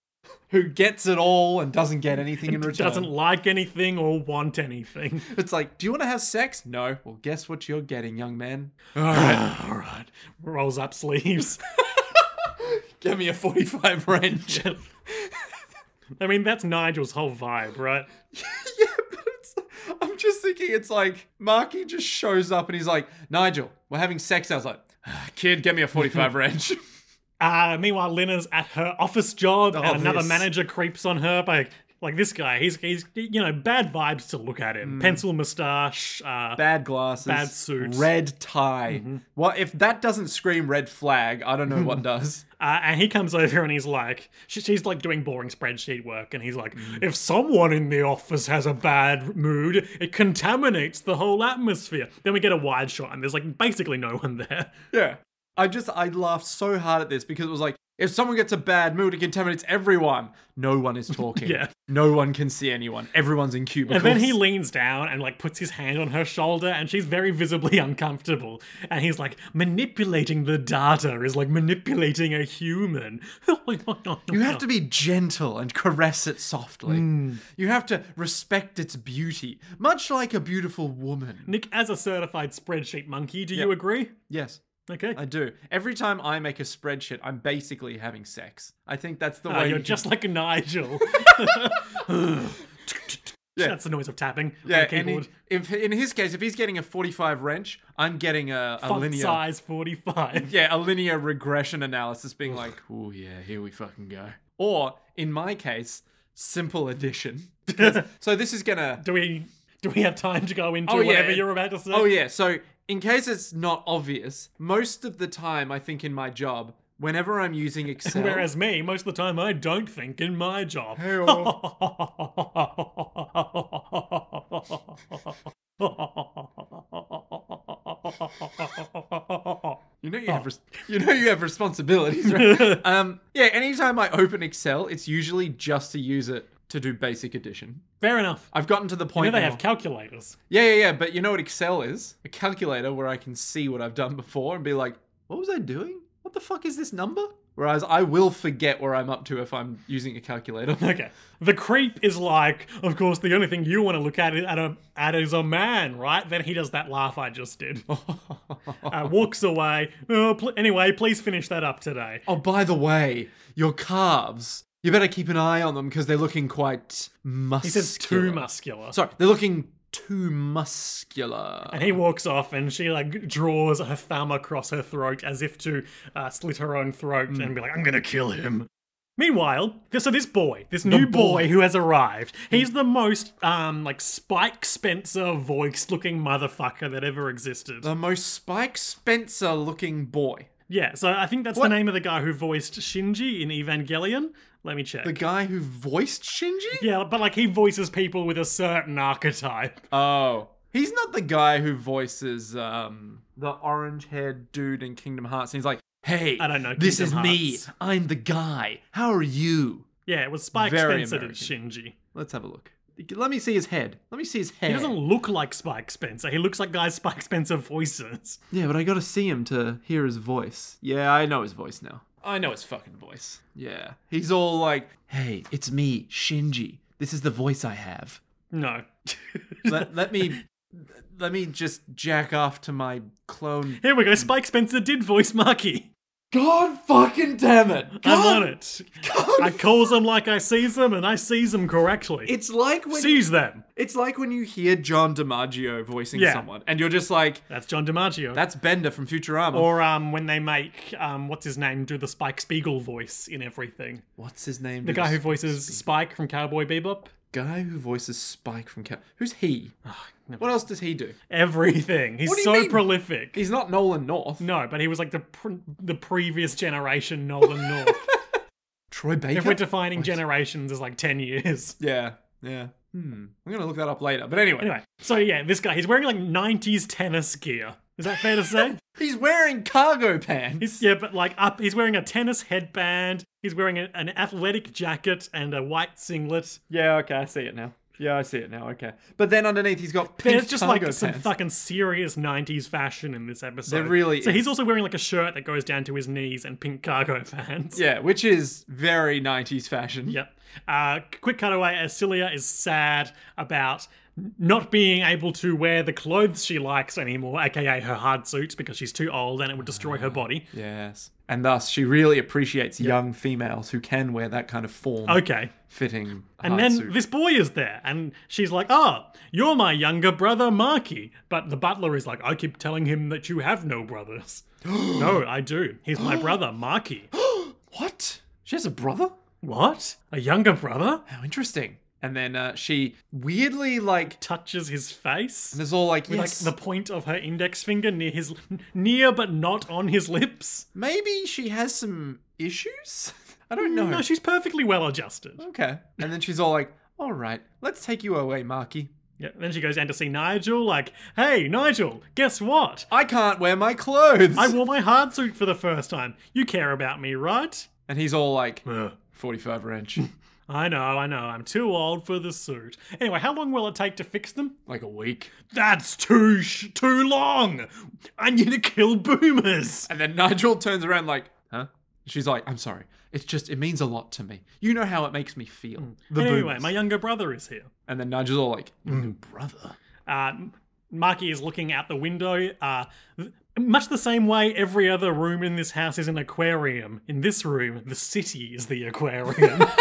[SPEAKER 2] who gets it all and doesn't get anything in return.
[SPEAKER 1] Doesn't like anything or want anything.
[SPEAKER 2] It's like, do you want to have sex? No. Well, guess what you're getting, young man. All
[SPEAKER 1] All right. Rolls up sleeves.
[SPEAKER 2] Give me a 45 wrench. yeah,
[SPEAKER 1] I mean, that's Nigel's whole vibe, right?
[SPEAKER 2] but it's, I'm just thinking it's like Marky just shows up and he's like, Nigel, we're having sex. I was like, "Ah, kid, get me a 45 wrench.
[SPEAKER 1] Uh, meanwhile, Lina's at her office job, and another
[SPEAKER 2] this.
[SPEAKER 1] manager creeps on her by like this guy. He's he's you know bad vibes to look at
[SPEAKER 2] Hmm.
[SPEAKER 1] him. Pencil moustache. Uh,
[SPEAKER 2] Bad glasses.
[SPEAKER 1] Bad suits. Mm-hmm.
[SPEAKER 2] Red tie. Well, if that doesn't scream red flag, I don't know what does.
[SPEAKER 1] Uh, and he comes over and he's like, she, she's like doing boring spreadsheet work, and he's like,
[SPEAKER 2] Mm.
[SPEAKER 1] if someone in the office has a bad mood, it contaminates the whole atmosphere. Then we get a wide shot, and there's like basically no one there.
[SPEAKER 2] Yeah. I just, I laughed so hard at this because it was like, if someone gets a bad mood, it contaminates everyone. No one is talking.
[SPEAKER 1] Yeah.
[SPEAKER 2] No one can see anyone. Everyone's in cubicles.
[SPEAKER 1] And then he leans down and like puts his hand on her shoulder, and she's very visibly uncomfortable. And he's like, manipulating the data is like manipulating a human.
[SPEAKER 2] You
[SPEAKER 1] Oh.
[SPEAKER 2] have to be gentle and caress it softly.
[SPEAKER 1] Hmm.
[SPEAKER 2] You have to respect its beauty, much like a beautiful woman.
[SPEAKER 1] Nick, as a certified spreadsheet monkey, do you
[SPEAKER 2] Yep.
[SPEAKER 1] agree?
[SPEAKER 2] Yes,
[SPEAKER 1] Okay.
[SPEAKER 2] I do. Every time I make a spreadsheet, I'm basically having sex. I think that's the
[SPEAKER 1] Oh,
[SPEAKER 2] way.
[SPEAKER 1] you're
[SPEAKER 2] you-
[SPEAKER 1] just like a Nigel. That's the noise of tapping
[SPEAKER 2] yeah,
[SPEAKER 1] on a
[SPEAKER 2] and he-
[SPEAKER 1] keyboard.
[SPEAKER 2] if, in his case, if he's getting a 45 wrench, I'm getting a, a
[SPEAKER 1] Font
[SPEAKER 2] linear.
[SPEAKER 1] size 45.
[SPEAKER 2] Yeah, a linear regression analysis being like, oh yeah, here we fucking go. Or, in my case, simple addition. Because- so this is gonna.
[SPEAKER 1] Do we do we have time to go into
[SPEAKER 2] Oh, yeah.
[SPEAKER 1] whatever you're about to say?
[SPEAKER 2] Oh yeah, so in case it's not obvious, most of the time I think in my job, whenever I'm using Excel,
[SPEAKER 1] Whereas me, most of the time, I don't think in my job.
[SPEAKER 2] you
[SPEAKER 1] oh.
[SPEAKER 2] know you have res- you know you have responsibilities, right? um, yeah, anytime I open Excel, it's usually just to use it to do basic addition.
[SPEAKER 1] Fair enough.
[SPEAKER 2] I've gotten to the
[SPEAKER 1] You know
[SPEAKER 2] point.
[SPEAKER 1] they
[SPEAKER 2] now-
[SPEAKER 1] have calculators.
[SPEAKER 2] yeah, yeah, yeah, but you know what Excel is? A calculator where I can see what I've done before and be like, what was I doing? What the fuck is this number? Whereas I will forget where I'm up to if I'm using a calculator.
[SPEAKER 1] Okay. The creep is like, of course, the only thing you want to look at at, a, at is a man, right? Then he does that laugh I just did.
[SPEAKER 2] oh,
[SPEAKER 1] uh, walks away. Oh, pl- anyway, please finish that up today.
[SPEAKER 2] Oh, by the way, your calves. You better keep an eye on them because they're looking quite muscular.
[SPEAKER 1] He says too muscular.
[SPEAKER 2] Sorry, they're looking too muscular.
[SPEAKER 1] and he walks off, and she like draws her thumb across her throat as if to uh, slit her own throat
[SPEAKER 2] Hmm.
[SPEAKER 1] and be like, "I'm gonna kill him." Meanwhile, th- so this boy, this new boy.
[SPEAKER 2] boy. Hmm.
[SPEAKER 1] who has arrived, he's the most um like Spike Spencer voiced looking motherfucker that ever existed.
[SPEAKER 2] The most Spike Spencer looking boy.
[SPEAKER 1] Yeah, so I think that's the name of the guy who voiced Shinji in Evangelion. Let me check.
[SPEAKER 2] The guy who voiced Shinji?
[SPEAKER 1] yeah, but like he voices people with a certain archetype.
[SPEAKER 2] Oh. He's not the guy who voices um, the orange haired dude in Kingdom Hearts. And he's like, hey,
[SPEAKER 1] I don't know
[SPEAKER 2] This is
[SPEAKER 1] Kingdom
[SPEAKER 2] me.
[SPEAKER 1] Hearts."
[SPEAKER 2] I'm the guy. How are you?
[SPEAKER 1] Yeah, it was Spike
[SPEAKER 2] Very
[SPEAKER 1] Spencer did Shinji.
[SPEAKER 2] Let's have a look. Let me see his head. Let me see his head.
[SPEAKER 1] He doesn't look like Spike Spencer. He looks like guys Spike Spencer voices.
[SPEAKER 2] Yeah, but I gotta see him to hear his voice. Yeah, I know his voice now. I know his fucking voice. Yeah. He's all like, hey, it's me, Shinji. This is the voice I have.
[SPEAKER 1] No.
[SPEAKER 2] Let, let me. Let me just jack off to my clone.
[SPEAKER 1] Here we go. Spike Spencer did voice Maki.
[SPEAKER 2] God fucking damn it!
[SPEAKER 1] I'm
[SPEAKER 2] God,
[SPEAKER 1] on it.
[SPEAKER 2] God.
[SPEAKER 1] I calls them like I sees them, and I sees them correctly.
[SPEAKER 2] It's like when
[SPEAKER 1] sees them.
[SPEAKER 2] it's like when you hear John DiMaggio voicing
[SPEAKER 1] Yeah.
[SPEAKER 2] someone, and you're just like,
[SPEAKER 1] That's John DiMaggio.
[SPEAKER 2] "That's Bender from Futurama."
[SPEAKER 1] or um, when they make um, what's his name do the Spike Spiegel voice in everything.
[SPEAKER 2] what's his name?
[SPEAKER 1] The guy who voices Spike from Cowboy Bebop.
[SPEAKER 2] guy who voices Spike from Cap. Who's he? What else does he do?
[SPEAKER 1] Everything. He's
[SPEAKER 2] What do you
[SPEAKER 1] so
[SPEAKER 2] mean?
[SPEAKER 1] prolific.
[SPEAKER 2] He's not Nolan North.
[SPEAKER 1] no, but he was like the pr- the previous generation Nolan North.
[SPEAKER 2] Troy Baker.
[SPEAKER 1] if we're defining generations as like ten years.
[SPEAKER 2] yeah, yeah. Hmm. I'm gonna look that up later. But anyway,
[SPEAKER 1] Anyway, so yeah, this guy he's wearing like '90s tennis gear. Is that fair to say?
[SPEAKER 2] he's wearing cargo pants.
[SPEAKER 1] He's, yeah, but like up, he's wearing a tennis headband. He's wearing a, an athletic jacket and a white singlet.
[SPEAKER 2] Yeah. Okay, I see it now. Yeah, I see it now. Okay, but then underneath he's got pink
[SPEAKER 1] There's just like
[SPEAKER 2] cargo
[SPEAKER 1] some
[SPEAKER 2] pants.
[SPEAKER 1] fucking serious 90s fashion in this episode.
[SPEAKER 2] There really
[SPEAKER 1] So
[SPEAKER 2] is.
[SPEAKER 1] he's also wearing like a shirt that goes down to his knees and pink cargo pants.
[SPEAKER 2] yeah, which is very '90s fashion.
[SPEAKER 1] Yep. Uh, quick cutaway as Cilia is sad about n- not being able to wear the clothes she likes anymore, aka her hard suit, because she's too old and it would destroy her body.
[SPEAKER 2] Yes, and thus she really appreciates young females who can wear that kind of form
[SPEAKER 1] Okay.
[SPEAKER 2] fitting.
[SPEAKER 1] And then this boy is there, and she's like, Oh, you're my younger brother, Marky. But the butler is like, I keep telling him that you have no brothers. no, I do. He's my brother, Marky.
[SPEAKER 2] what? She has a brother?
[SPEAKER 1] what? A younger brother?
[SPEAKER 2] How interesting. And then uh, she weirdly like
[SPEAKER 1] Touches his face.
[SPEAKER 2] there's all like
[SPEAKER 1] like
[SPEAKER 2] yes,
[SPEAKER 1] the point of her index finger near his near but not on his lips.
[SPEAKER 2] maybe she has some issues. I don't know.
[SPEAKER 1] Mm, No, she's perfectly well adjusted.
[SPEAKER 2] Okay. And then she's all like, all right, let's take you away, Marky.
[SPEAKER 1] Yeah. Then she goes down to see Nigel, like, hey, Nigel, guess what?
[SPEAKER 2] I can't wear my clothes.
[SPEAKER 1] I wore my hard suit for the first time. You care about me, right?
[SPEAKER 2] and he's all like,
[SPEAKER 1] Ugh.
[SPEAKER 2] 45 wrench.
[SPEAKER 1] I know, I know, I'm too old for the suit. Anyway, how long will it take to fix them?
[SPEAKER 2] like a week.
[SPEAKER 1] That's too sh- too long. I need to kill boomers.
[SPEAKER 2] And then Nigel turns around like, huh? She's like, I'm sorry. It's just, it means a lot to me. You know how it makes me feel. The
[SPEAKER 1] Mm. anyway,
[SPEAKER 2] boomers.
[SPEAKER 1] my younger brother is here.
[SPEAKER 2] and then Nigel's all like, "Your brother.
[SPEAKER 1] Uh, Marky is looking out the window. Uh, th- much the same way every other room in this house is an aquarium. In this room, the city is the aquarium. Uh,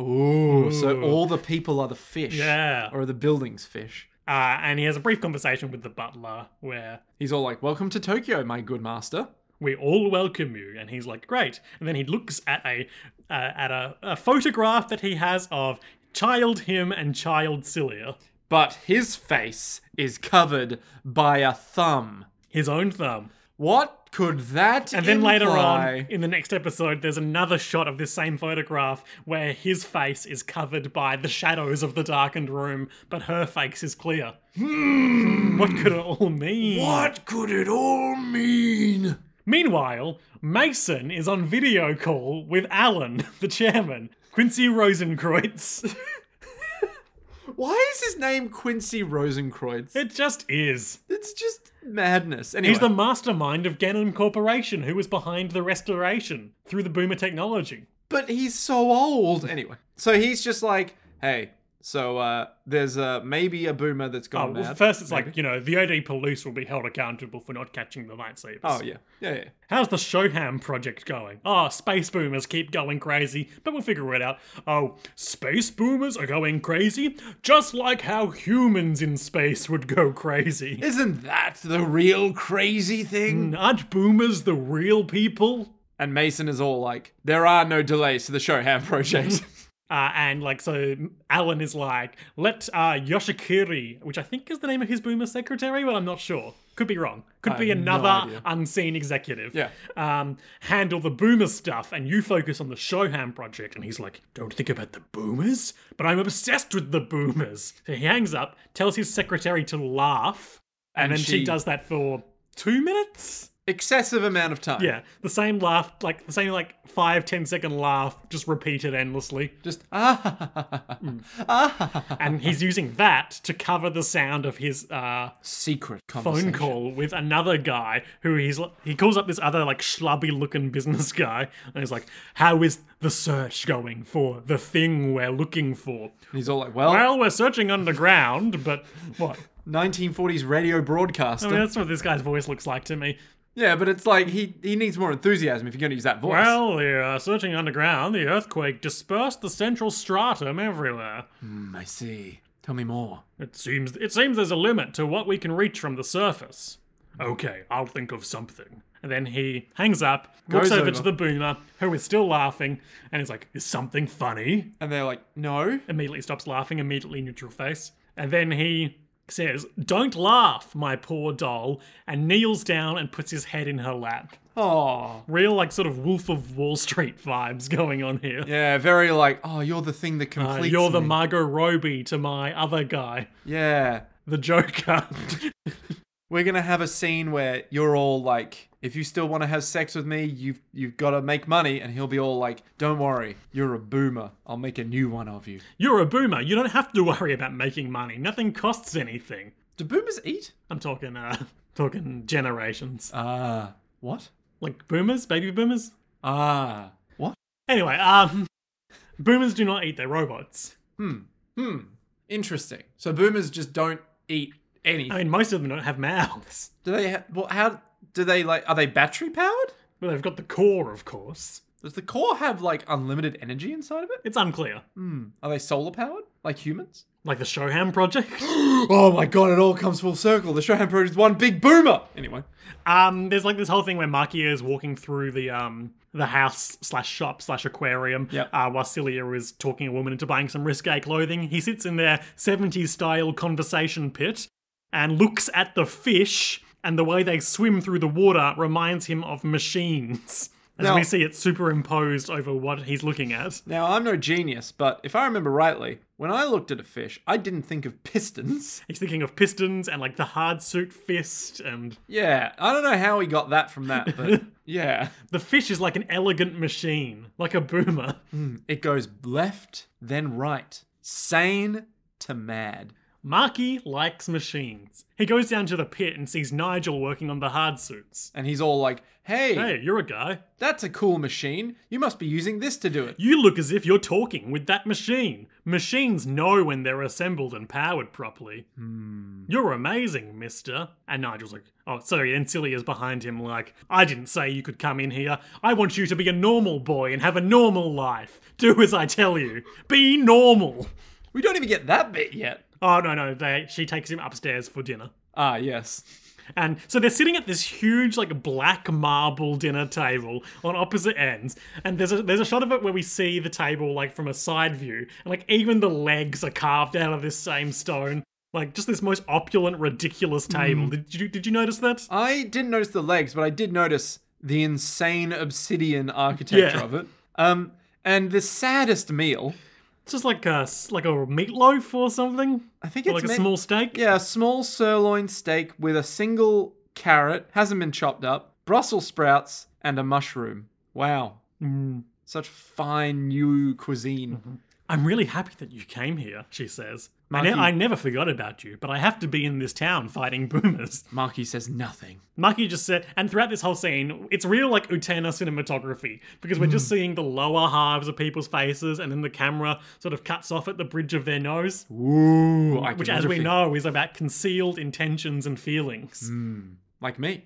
[SPEAKER 2] Ooh, So
[SPEAKER 1] Ooh.
[SPEAKER 2] all the people are the fish.
[SPEAKER 1] yeah.
[SPEAKER 2] Or the building's fish.
[SPEAKER 1] Uh, and he has a brief conversation with the butler where
[SPEAKER 2] He's all like, welcome to Tokyo, my good master.
[SPEAKER 1] we all welcome you. And he's like, great. And then he looks at a uh, at a, a photograph that he has of child him and child Cilia,
[SPEAKER 2] But his face is covered by a thumb.
[SPEAKER 1] his own thumb.
[SPEAKER 2] What could that
[SPEAKER 1] And then later on,
[SPEAKER 2] imply?
[SPEAKER 1] in the next episode, there's another shot of this same photograph where his face is covered by the shadows of the darkened room, but her face is clear. Hmm. What could it all mean?
[SPEAKER 2] What could it all mean?
[SPEAKER 1] Meanwhile, Mason is on video call with Alan, the chairman, Quincy Rosenkreutz.
[SPEAKER 2] Why is his name Quincy Rosenkreutz?
[SPEAKER 1] It just is.
[SPEAKER 2] It's just madness. Anyway,
[SPEAKER 1] He's the mastermind of Gannon Corporation, who was behind the restoration through the boomer technology.
[SPEAKER 2] but he's so old. Anyway, so he's just like, hey, so uh, there's uh, maybe a boomer that's gone
[SPEAKER 1] Oh, well,
[SPEAKER 2] mad.
[SPEAKER 1] first, it's like, you know, the OD police will be held accountable for not catching the lightsabers.
[SPEAKER 2] oh yeah, yeah, yeah.
[SPEAKER 1] How's the Shoham project going? Oh, space boomers keep going crazy, but we'll figure it out. Oh, space boomers are going crazy? Just like how humans in space would go crazy.
[SPEAKER 2] Isn't that the real crazy thing?
[SPEAKER 1] Aren't boomers the real people?
[SPEAKER 2] And Mason is all like, there are no delays to the Shoham project.
[SPEAKER 1] Uh, and like, so Alan is like, let uh, Yoshikiri, which I think is the name of his boomer secretary, but I'm not sure. Could be wrong. Could be
[SPEAKER 2] have no
[SPEAKER 1] another
[SPEAKER 2] idea.
[SPEAKER 1] unseen executive.
[SPEAKER 2] Yeah.
[SPEAKER 1] Um, handle the boomer stuff, and you focus on the Shoham project. And he's like, don't think about the boomers, but I'm obsessed with the boomers. So he hangs up, tells his secretary to laugh, and,
[SPEAKER 2] And
[SPEAKER 1] then she...
[SPEAKER 2] she-
[SPEAKER 1] does that for two minutes.
[SPEAKER 2] Excessive amount of time.
[SPEAKER 1] Yeah, the same laugh, like the same like five ten second laugh, just repeated endlessly.
[SPEAKER 2] Just ah, ha, ha, ha, ha, ha.
[SPEAKER 1] Hmm.
[SPEAKER 2] ah, ha, ha, ha.
[SPEAKER 1] and he's using that to cover the sound of his uh,
[SPEAKER 2] secret
[SPEAKER 1] phone
[SPEAKER 2] conversation.
[SPEAKER 1] call with another guy who he's he calls up this other like schlubby looking business guy and he's like how is the search going for the thing we're looking for
[SPEAKER 2] And he's all like, well,
[SPEAKER 1] well we're searching underground but what
[SPEAKER 2] 1940s radio broadcaster.
[SPEAKER 1] I mean, that's what this guy's voice looks like to me
[SPEAKER 2] Yeah, but it's like he he needs more enthusiasm if you're going to use that voice.
[SPEAKER 1] well the uh, searching underground the earthquake dispersed the central stratum everywhere
[SPEAKER 2] Hmm, I see. Tell me more.
[SPEAKER 1] It seems it seems there's a limit to what we can reach from the surface. Okay, I'll think of something. And then he hangs up, looks
[SPEAKER 2] Goes
[SPEAKER 1] over,
[SPEAKER 2] over.
[SPEAKER 1] to the boomer, who is still laughing, and is like, Is something funny?
[SPEAKER 2] And they're like, no.
[SPEAKER 1] Immediately stops laughing, immediately neutral face. And then he says, Don't laugh, my poor doll, and kneels down and puts his head in her lap.
[SPEAKER 2] Oh.
[SPEAKER 1] Real like sort of Wolf of Wall Street vibes going on here.
[SPEAKER 2] Yeah, very like, oh, you're the thing that
[SPEAKER 1] Uh,
[SPEAKER 2] completes.
[SPEAKER 1] you're the
[SPEAKER 2] me."
[SPEAKER 1] Margot Robbie to my other guy,
[SPEAKER 2] yeah.
[SPEAKER 1] the Joker.
[SPEAKER 2] We're gonna have a scene where you're all like, if you still want to have sex with me, you've you've got to make money." And he'll be all like, "Don't worry, you're a boomer. I'll make a new one of you."
[SPEAKER 1] You're a boomer. You don't have to worry about making money. Nothing costs anything.
[SPEAKER 2] Do boomers eat?
[SPEAKER 1] I'm talking uh talking generations. Uh,
[SPEAKER 2] Ah, what?
[SPEAKER 1] Like boomers, baby boomers.
[SPEAKER 2] Ah, what?
[SPEAKER 1] Anyway, um boomers do not eat their robots.
[SPEAKER 2] Hmm. Interesting. So boomers just don't eat anything.
[SPEAKER 1] I mean, most of them don't have mouths.
[SPEAKER 2] do they? Ha- well, how do they like? Are they battery powered?
[SPEAKER 1] But they've got the core, of course.
[SPEAKER 2] Does the core have like unlimited energy inside of it?
[SPEAKER 1] It's unclear.
[SPEAKER 2] Hmm. Are they solar powered like humans?
[SPEAKER 1] Like the Shoham project.
[SPEAKER 2] Oh my god! It all comes full circle. The Shohan Project is one big boomer. Anyway.
[SPEAKER 1] Um, there's like this whole thing where Makia is walking through the um the house slash shop slash aquarium.
[SPEAKER 2] Yep.
[SPEAKER 1] Uh, while Celia is talking a woman into buying some risque clothing. He sits in their 70s style conversation pit and looks at the fish, and the way they swim through the water reminds him of machines. As
[SPEAKER 2] Now-
[SPEAKER 1] we see it superimposed over what he's looking at.
[SPEAKER 2] Now, I'm no genius, but if I remember rightly, when I looked at a fish, I didn't think of pistons.
[SPEAKER 1] He's thinking of pistons and like the hard suit fist, and
[SPEAKER 2] Yeah, I don't know how we got that from that, but yeah.
[SPEAKER 1] the fish is like an elegant machine, like a boomer.
[SPEAKER 2] It goes left, then right, sane to mad.
[SPEAKER 1] Marky likes machines. He goes down to the pit and sees Nigel working on the hard suits.
[SPEAKER 2] And he's all like, hey,
[SPEAKER 1] Hey, you're a guy.
[SPEAKER 2] that's a cool machine. You must be using this to do it.
[SPEAKER 1] You look as if you're talking with that machine. Machines know when they're assembled and powered properly. You're amazing, mister. And Nigel's like, oh, sorry. And Celia's behind him, like, I didn't say you could come in here. I want you to be a normal boy and have a normal life. Do as I tell you. Be normal.
[SPEAKER 2] We don't even get that bit yet.
[SPEAKER 1] Oh, no, no. They, she takes him upstairs for dinner.
[SPEAKER 2] Ah, yes.
[SPEAKER 1] And so they're sitting at this huge, like black marble dinner table on opposite ends. And there's a there's a shot of it where we see the table like from a side view, and like even the legs are carved out of this same stone. Like just this most opulent, ridiculous table.
[SPEAKER 2] Mm.
[SPEAKER 1] Did you did you notice that?
[SPEAKER 2] I didn't notice the legs, but I did notice the insane obsidian architecture
[SPEAKER 1] Yeah.
[SPEAKER 2] of it. Um, and the saddest meal.
[SPEAKER 1] It's just like a s- like a meatloaf or something,
[SPEAKER 2] I think
[SPEAKER 1] or
[SPEAKER 2] it's
[SPEAKER 1] like a
[SPEAKER 2] meant-
[SPEAKER 1] small steak.
[SPEAKER 2] Yeah, a small sirloin steak with a single carrot, hasn't been chopped up, Brussels sprouts, and a mushroom. Wow.
[SPEAKER 1] Mm.
[SPEAKER 2] Such fine new
[SPEAKER 1] Mm-hmm.
[SPEAKER 2] cuisine.
[SPEAKER 1] I'm really happy that you came here. She says. I,
[SPEAKER 2] Marky-
[SPEAKER 1] ne- I never forgot about you, but I have to be in this town fighting boomers.
[SPEAKER 2] Marky says nothing.
[SPEAKER 1] Maki just said, and throughout this whole scene, it's real like Utena cinematography because we're just seeing the lower halves of people's faces, and then the camera sort of cuts off at the bridge of their nose,
[SPEAKER 2] Ooh, I
[SPEAKER 1] which,
[SPEAKER 2] can
[SPEAKER 1] as we
[SPEAKER 2] wonder if he-
[SPEAKER 1] know, is about concealed intentions and feelings.
[SPEAKER 2] Mm,
[SPEAKER 1] Hmm.
[SPEAKER 2] Like me.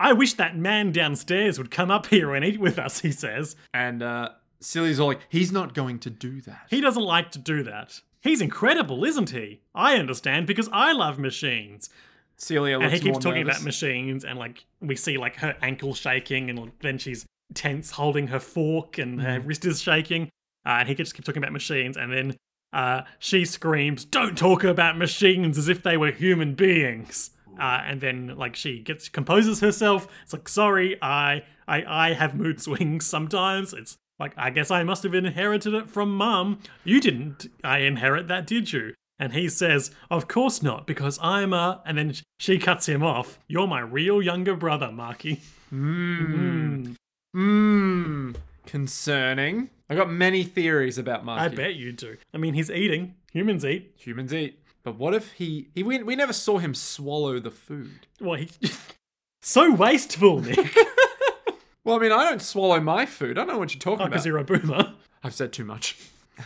[SPEAKER 1] I wish that man downstairs would come up here and eat with us, he says.
[SPEAKER 2] And uh, Silly's all like, he's not going to do that.
[SPEAKER 1] He doesn't like to do that. He's incredible, isn't he? I understand because I love machines.
[SPEAKER 2] Celia
[SPEAKER 1] And
[SPEAKER 2] looks
[SPEAKER 1] he keeps
[SPEAKER 2] more
[SPEAKER 1] talking
[SPEAKER 2] nervous.
[SPEAKER 1] about machines, and like we see like her ankle shaking, and then she's tense, holding her fork, and
[SPEAKER 2] Mm-hmm.
[SPEAKER 1] her wrist is shaking. Uh, and he just keeps talking about machines, and then uh, she screams, "Don't talk about machines as if they were human beings." Uh, and then like she gets composes herself. It's like, "Sorry, I I I have mood swings sometimes." It's like, "I guess I must have inherited it from mum." You didn't. I inherit that, did you? And he says, "Of course not, because I'm a." And then sh- she cuts him off. You're my real younger brother, Marky. Mm,
[SPEAKER 2] Mmm. Concerning. I got many theories about Marky.
[SPEAKER 1] I bet you do. I mean, he's eating. Humans eat.
[SPEAKER 2] Humans eat. But what if he. he we, we never saw him swallow the food.
[SPEAKER 1] Well, he so wasteful, Nick.
[SPEAKER 2] Well, I mean, I don't swallow my food. I don't know what you're talking
[SPEAKER 1] Because Oh,
[SPEAKER 2] about.
[SPEAKER 1] you're a boomer.
[SPEAKER 2] I've said too much.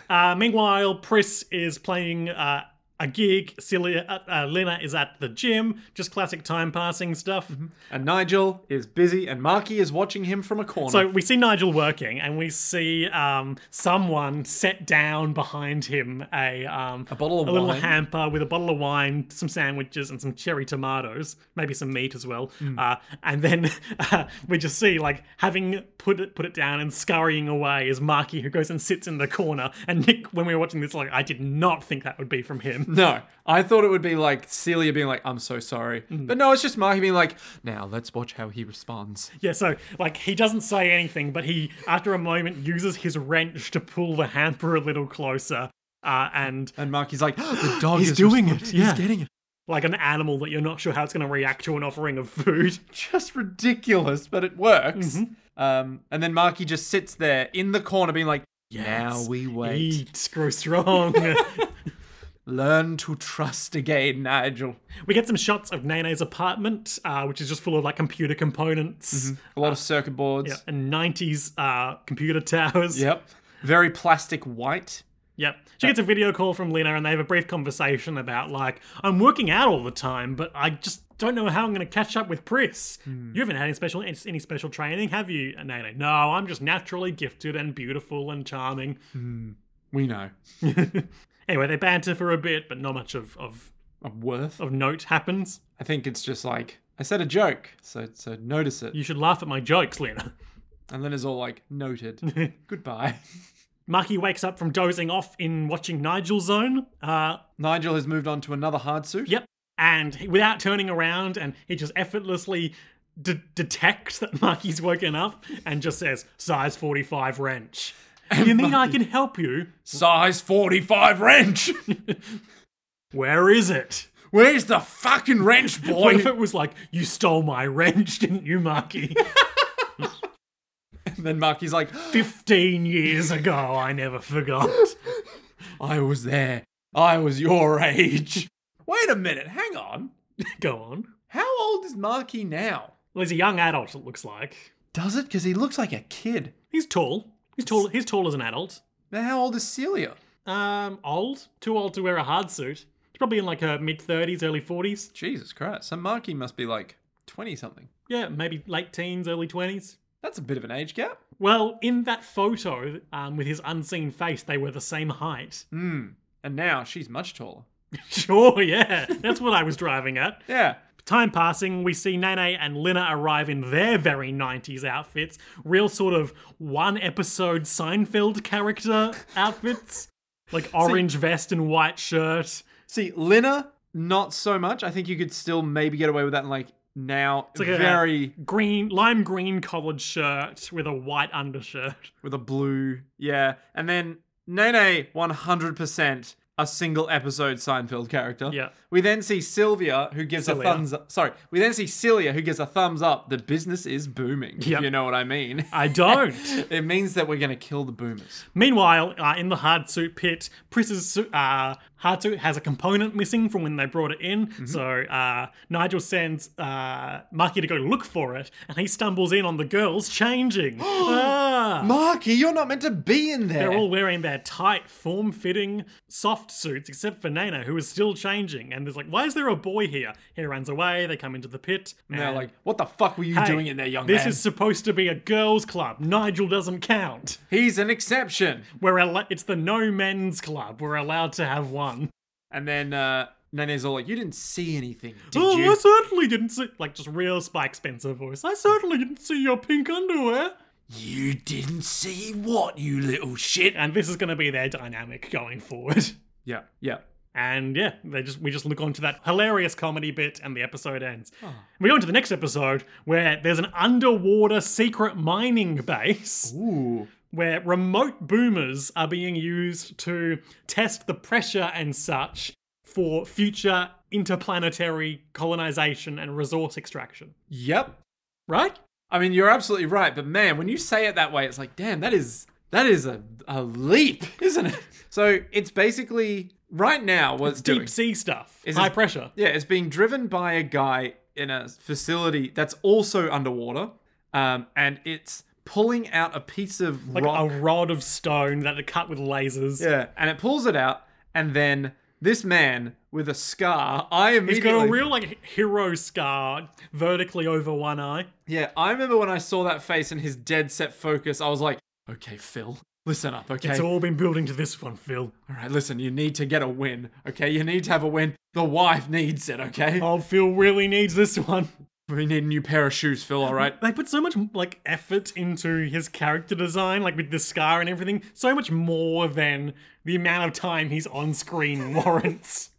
[SPEAKER 1] Uh, meanwhile, Pris is playing uh, a gig. Celia, uh, uh, Lena is at the gym. Just classic time passing stuff.
[SPEAKER 2] And Nigel is busy, and Marky is watching him from a corner.
[SPEAKER 1] So we see Nigel working, and we see um, someone set down behind him a um, a
[SPEAKER 2] bottle of
[SPEAKER 1] little
[SPEAKER 2] wine.
[SPEAKER 1] hamper with a bottle of wine, some sandwiches, and some cherry tomatoes, maybe some meat as well.
[SPEAKER 2] Mm.
[SPEAKER 1] Uh, and then uh, we just see like having put it put it down and scurrying away is Marky, who goes and sits in the corner. And Nick, when we were watching this, like I did not think that would be from him.
[SPEAKER 2] no, I thought it would be like Celia being like, I'm so sorry.
[SPEAKER 1] Mm.
[SPEAKER 2] But no, it's just Marky being like, now let's watch how he responds.
[SPEAKER 1] Yeah, so like he doesn't say anything, but he, after a moment, uses his wrench to pull the hamper a little closer. Uh, and
[SPEAKER 2] And Marky's like, the dog
[SPEAKER 1] He's
[SPEAKER 2] is
[SPEAKER 1] doing
[SPEAKER 2] responding.
[SPEAKER 1] it, yeah.
[SPEAKER 2] He's getting it.
[SPEAKER 1] like an animal that you're not sure how it's going to react to an offering of food.
[SPEAKER 2] Just ridiculous, but it works.
[SPEAKER 1] Mm-hmm.
[SPEAKER 2] Um, and then Marky just sits there in the corner being like, now
[SPEAKER 1] Yes.
[SPEAKER 2] we wait.
[SPEAKER 1] Eat, grow strong.
[SPEAKER 2] Learn to trust again, Nigel.
[SPEAKER 1] we get some shots of Nene's apartment, uh, which is just full of like computer components
[SPEAKER 2] A lot of circuit boards.
[SPEAKER 1] and 90s uh, computer towers.
[SPEAKER 2] Yep. Very plastic white.
[SPEAKER 1] Yep. She gets a video call from Lena and they have a brief conversation about, like, I'm working out all the time, but I just don't know how I'm going to catch up with Pris. You haven't had any special any special training, have you, Nene? No, I'm just naturally gifted and beautiful and charming.
[SPEAKER 2] We know.
[SPEAKER 1] Anyway, they banter for a bit, but not much of, of,
[SPEAKER 2] Of worth.
[SPEAKER 1] of note happens.
[SPEAKER 2] I think it's just like, I said a joke, so so notice it.
[SPEAKER 1] You should laugh at my jokes, Lena.
[SPEAKER 2] And then it's all like, noted. Goodbye.
[SPEAKER 1] Marky wakes up from dozing off in watching Nigel's Zone. Uh,
[SPEAKER 2] Nigel has moved on to another hard suit.
[SPEAKER 1] Yep. And he- without turning around, and he just effortlessly de- detects that Marky's woken up and just says, size 45 wrench. you mean I can help you?
[SPEAKER 2] Size 45 wrench.
[SPEAKER 1] Where is it?
[SPEAKER 2] Where's the fucking wrench,
[SPEAKER 1] What if
[SPEAKER 2] boy?
[SPEAKER 1] it was like, you stole my wrench, didn't you, Marky?
[SPEAKER 2] and then Marky's like,
[SPEAKER 1] 15 years ago, I never forgot.
[SPEAKER 2] I was there. I was your age. Wait a minute. Hang on.
[SPEAKER 1] Go on.
[SPEAKER 2] How old is Marky now?
[SPEAKER 1] Well, he's a young adult, it looks like.
[SPEAKER 2] Does it? Because he looks like a kid.
[SPEAKER 1] He's tall. He's tall. He's tall as an adult.
[SPEAKER 2] Now, how old is Celia?
[SPEAKER 1] Um, old. Too old to wear a hard suit. He's probably in like her mid 30s, early 40s.
[SPEAKER 2] Jesus Christ. So Marky must be like 20 something.
[SPEAKER 1] Yeah, maybe late teens, early 20s.
[SPEAKER 2] That's a bit of an age gap.
[SPEAKER 1] Well, in that photo um, with his unseen face, they were the same height.
[SPEAKER 2] Hmm. And now she's much taller.
[SPEAKER 1] Sure, yeah, that's what I was driving at.
[SPEAKER 2] Yeah.
[SPEAKER 1] Time passing, we see Nene and Lina arrive in their very 90s outfits, real sort of one episode Seinfeld character outfits, like orange vest and white shirt.
[SPEAKER 2] See, Lina, not so much. I think you could still maybe get away with that in like now.
[SPEAKER 1] like a-
[SPEAKER 2] very
[SPEAKER 1] Green, lime green collared shirt with a white undershirt.
[SPEAKER 2] with a blue. Yeah. And then Nene, 100% a single episode Seinfeld character.
[SPEAKER 1] Yeah.
[SPEAKER 2] We then see Sylvia who gives
[SPEAKER 1] Celia.
[SPEAKER 2] a thumbs up. Sorry. We then see Celia who gives a thumbs up. The business is booming,
[SPEAKER 1] Yep.
[SPEAKER 2] if you know what I mean.
[SPEAKER 1] I don't.
[SPEAKER 2] it means that we're going to kill the boomers.
[SPEAKER 1] Meanwhile, uh, in the hard suit pit, Pris's su- uh, hard suit has a component missing from when they brought it in.
[SPEAKER 2] Mm-hmm.
[SPEAKER 1] So uh, Nigel sends uh, Marky to go look for it, and he stumbles in on the girls changing. ah!
[SPEAKER 2] Marky, you're not meant to be in there.
[SPEAKER 1] They're all wearing their tight, form fitting, soft suits, except for Nana, who is still changing. And there's like, why is there a boy here? He runs away, they come into the pit.
[SPEAKER 2] And they're like, what the fuck were you
[SPEAKER 1] "Hey,
[SPEAKER 2] doing in there, young
[SPEAKER 1] This
[SPEAKER 2] man?
[SPEAKER 1] is supposed to be a girls' club. Nigel doesn't count.
[SPEAKER 2] He's an exception.
[SPEAKER 1] We're al- it's the no men's club. We're allowed to have one.
[SPEAKER 2] And then uh, Nene's all like, you didn't see anything, did
[SPEAKER 1] oh,
[SPEAKER 2] you?
[SPEAKER 1] I certainly didn't see. Like, just real Spike Spencer voice. I certainly didn't see your pink underwear.
[SPEAKER 2] You didn't see what, you little shit?
[SPEAKER 1] And this is going to be their dynamic going forward.
[SPEAKER 2] Yeah, yeah.
[SPEAKER 1] And yeah, they just we just look onto that hilarious comedy bit, and the episode ends.
[SPEAKER 2] Ah.
[SPEAKER 1] We go into the next episode where there's an underwater secret mining base
[SPEAKER 2] Ooh.
[SPEAKER 1] where remote boomers are being used to test the pressure and such for future interplanetary colonization and resource extraction.
[SPEAKER 2] Yep.
[SPEAKER 1] Right?
[SPEAKER 2] I mean, you're absolutely right, but man, when you say it that way, it's like, damn, that is that is a, a leap, isn't it? So it's basically right now what it's,
[SPEAKER 1] deep
[SPEAKER 2] doing.
[SPEAKER 1] sea stuff,
[SPEAKER 2] Is
[SPEAKER 1] high
[SPEAKER 2] this-
[SPEAKER 1] pressure.
[SPEAKER 2] Yeah, it's being driven by a guy in a facility that's also underwater, um, and it's pulling out a piece of
[SPEAKER 1] Like
[SPEAKER 2] rock.
[SPEAKER 1] a rod of stone that are cut with lasers.
[SPEAKER 2] yeah, and it pulls it out, and then this man with a scar, I immediately
[SPEAKER 1] He's got a real like hero scar vertically over one eye.
[SPEAKER 2] Yeah, I remember when I saw that face and his dead set focus, I was like, okay, Phil, listen up, okay?
[SPEAKER 1] It's all been building to this one, Phil.
[SPEAKER 2] all right, listen, you need to get a win, okay? You need to have a win. The wife needs it, okay?
[SPEAKER 1] Oh, Phil really needs this one.
[SPEAKER 2] We need a new pair of shoes, Phil, all right?
[SPEAKER 1] They put so much like effort into his character design, like with the scar and everything, so much more than the amount of time he's on screen warrants.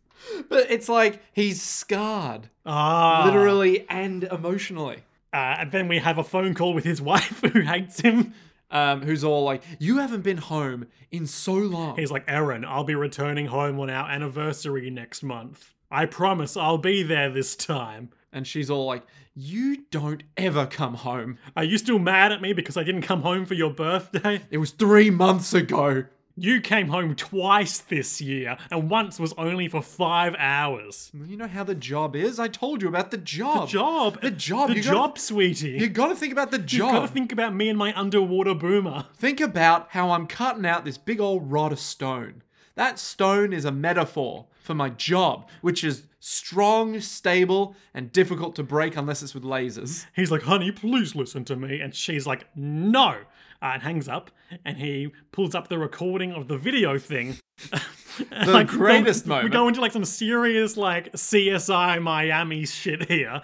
[SPEAKER 2] But it's like he's scarred,
[SPEAKER 1] Ah,
[SPEAKER 2] literally and emotionally.
[SPEAKER 1] Uh, and then we have a phone call with his wife who hates him.
[SPEAKER 2] Um, who's all like, you haven't been home in so long.
[SPEAKER 1] He's like, Aaron, I'll be returning home on our anniversary next month. I promise I'll be there this time.
[SPEAKER 2] And she's all like, You don't ever come home.
[SPEAKER 1] Are you still mad at me because I didn't come home for your birthday?
[SPEAKER 2] It was three months ago.
[SPEAKER 1] You came home twice this year, and once was only for five hours.
[SPEAKER 2] You know how the job is? I told you about the job.
[SPEAKER 1] Job.
[SPEAKER 2] Oh. The job,
[SPEAKER 1] The
[SPEAKER 2] you gotta-
[SPEAKER 1] job, sweetie.
[SPEAKER 2] You gotta think about the job.
[SPEAKER 1] You've got to think about me and my underwater boomer.
[SPEAKER 2] Think about how I'm cutting out this big old rod of stone. That stone is a metaphor for my job, which is strong, stable, and difficult to break unless it's with lasers.
[SPEAKER 1] He's like, honey, please listen to me. And she's like, no. Uh, and hangs up. And he pulls up the recording of the video thing. the
[SPEAKER 2] greatest
[SPEAKER 1] we
[SPEAKER 2] moment.
[SPEAKER 1] We go into like some serious like CSI Miami shit here.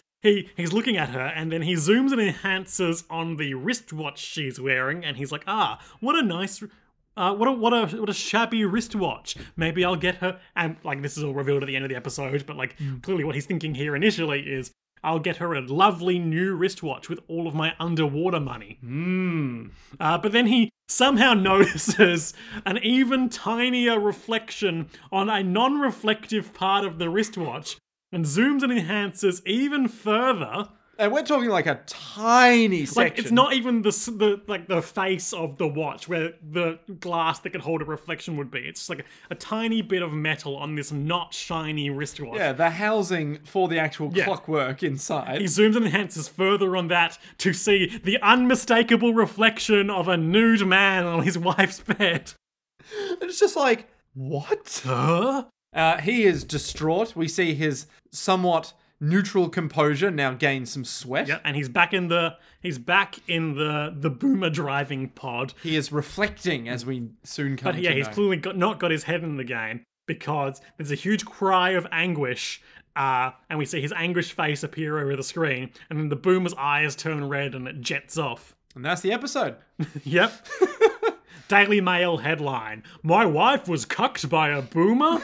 [SPEAKER 1] Because He, he's looking at her and then he zooms and enhances on the wristwatch she's wearing and he's like, ah, what a nice uh, what a what a what a shabby wristwatch. Maybe I'll get her. And like this is all revealed at the end of the episode, but like clearly what he's thinking here initially is I'll get her a lovely new wristwatch with all of my underwater money.
[SPEAKER 2] Mmm.
[SPEAKER 1] Uh, but then he somehow notices an even tinier reflection on a non-reflective part of the wristwatch and zooms and enhances even further.
[SPEAKER 2] And we're talking like a tiny section.
[SPEAKER 1] Like it's not even the s- the like the face of the watch where the glass that could hold a reflection would be. It's just like a, tiny bit of metal on this not shiny wristwatch.
[SPEAKER 2] Yeah, the housing for the actual clockwork inside.
[SPEAKER 1] He zooms and enhances further on that to see the unmistakable reflection of a nude man on his wife's bed.
[SPEAKER 2] It's just like, what?
[SPEAKER 1] Huh?
[SPEAKER 2] Uh, he is distraught. We see his somewhat neutral composure now gain some sweat.
[SPEAKER 1] Yeah, and he's back in the he's back in the the boomer driving pod.
[SPEAKER 2] He is reflecting as we soon come
[SPEAKER 1] But yeah,
[SPEAKER 2] to
[SPEAKER 1] he's
[SPEAKER 2] know.
[SPEAKER 1] clearly got, not got his head in the game because there's a huge cry of anguish, uh, and we see his anguished face appear over the screen, and then the boomer's eyes turn red and it jets off.
[SPEAKER 2] and that's the episode.
[SPEAKER 1] Yep. Daily Mail headline: My wife was cucked by a boomer.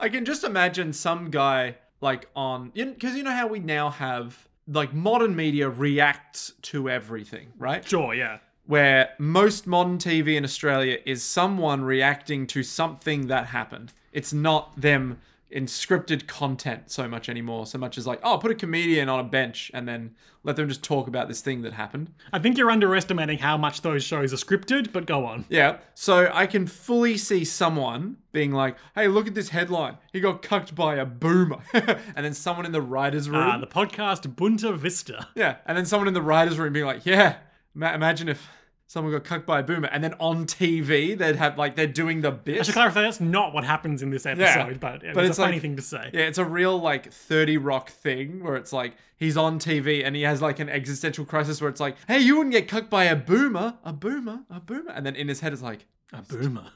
[SPEAKER 2] I can just imagine some guy like on because you know how we now have like modern media reacts to everything, right?
[SPEAKER 1] Sure, yeah.
[SPEAKER 2] Where most modern TV in Australia is someone reacting to something that happened. It's not them in scripted content so much anymore, so much as like, oh, put a comedian on a bench and then let them just talk about this thing that happened.
[SPEAKER 1] I think you're underestimating how much those shows are scripted, but go on.
[SPEAKER 2] Yeah. So I can fully see someone being like, hey, look at this headline. He got cucked by a boomer. and then someone in the writer's room.
[SPEAKER 1] Uh, the podcast Bunta Vista.
[SPEAKER 2] yeah. And then someone in the writer's room being like, yeah, ma- imagine if someone got cucked by a boomer. And then on TV, they'd have like, they're doing the bit.
[SPEAKER 1] To clarify, that's not what happens in this episode, but it was
[SPEAKER 2] it's
[SPEAKER 1] a funny
[SPEAKER 2] like-
[SPEAKER 1] thing to say.
[SPEAKER 2] Yeah, it's a real like 30 Rock thing where it's like he's on TV and he has like an existential crisis where it's like, hey, you wouldn't get cucked by a boomer, a boomer, a boomer. And then in his head, it's like,
[SPEAKER 1] A boomer.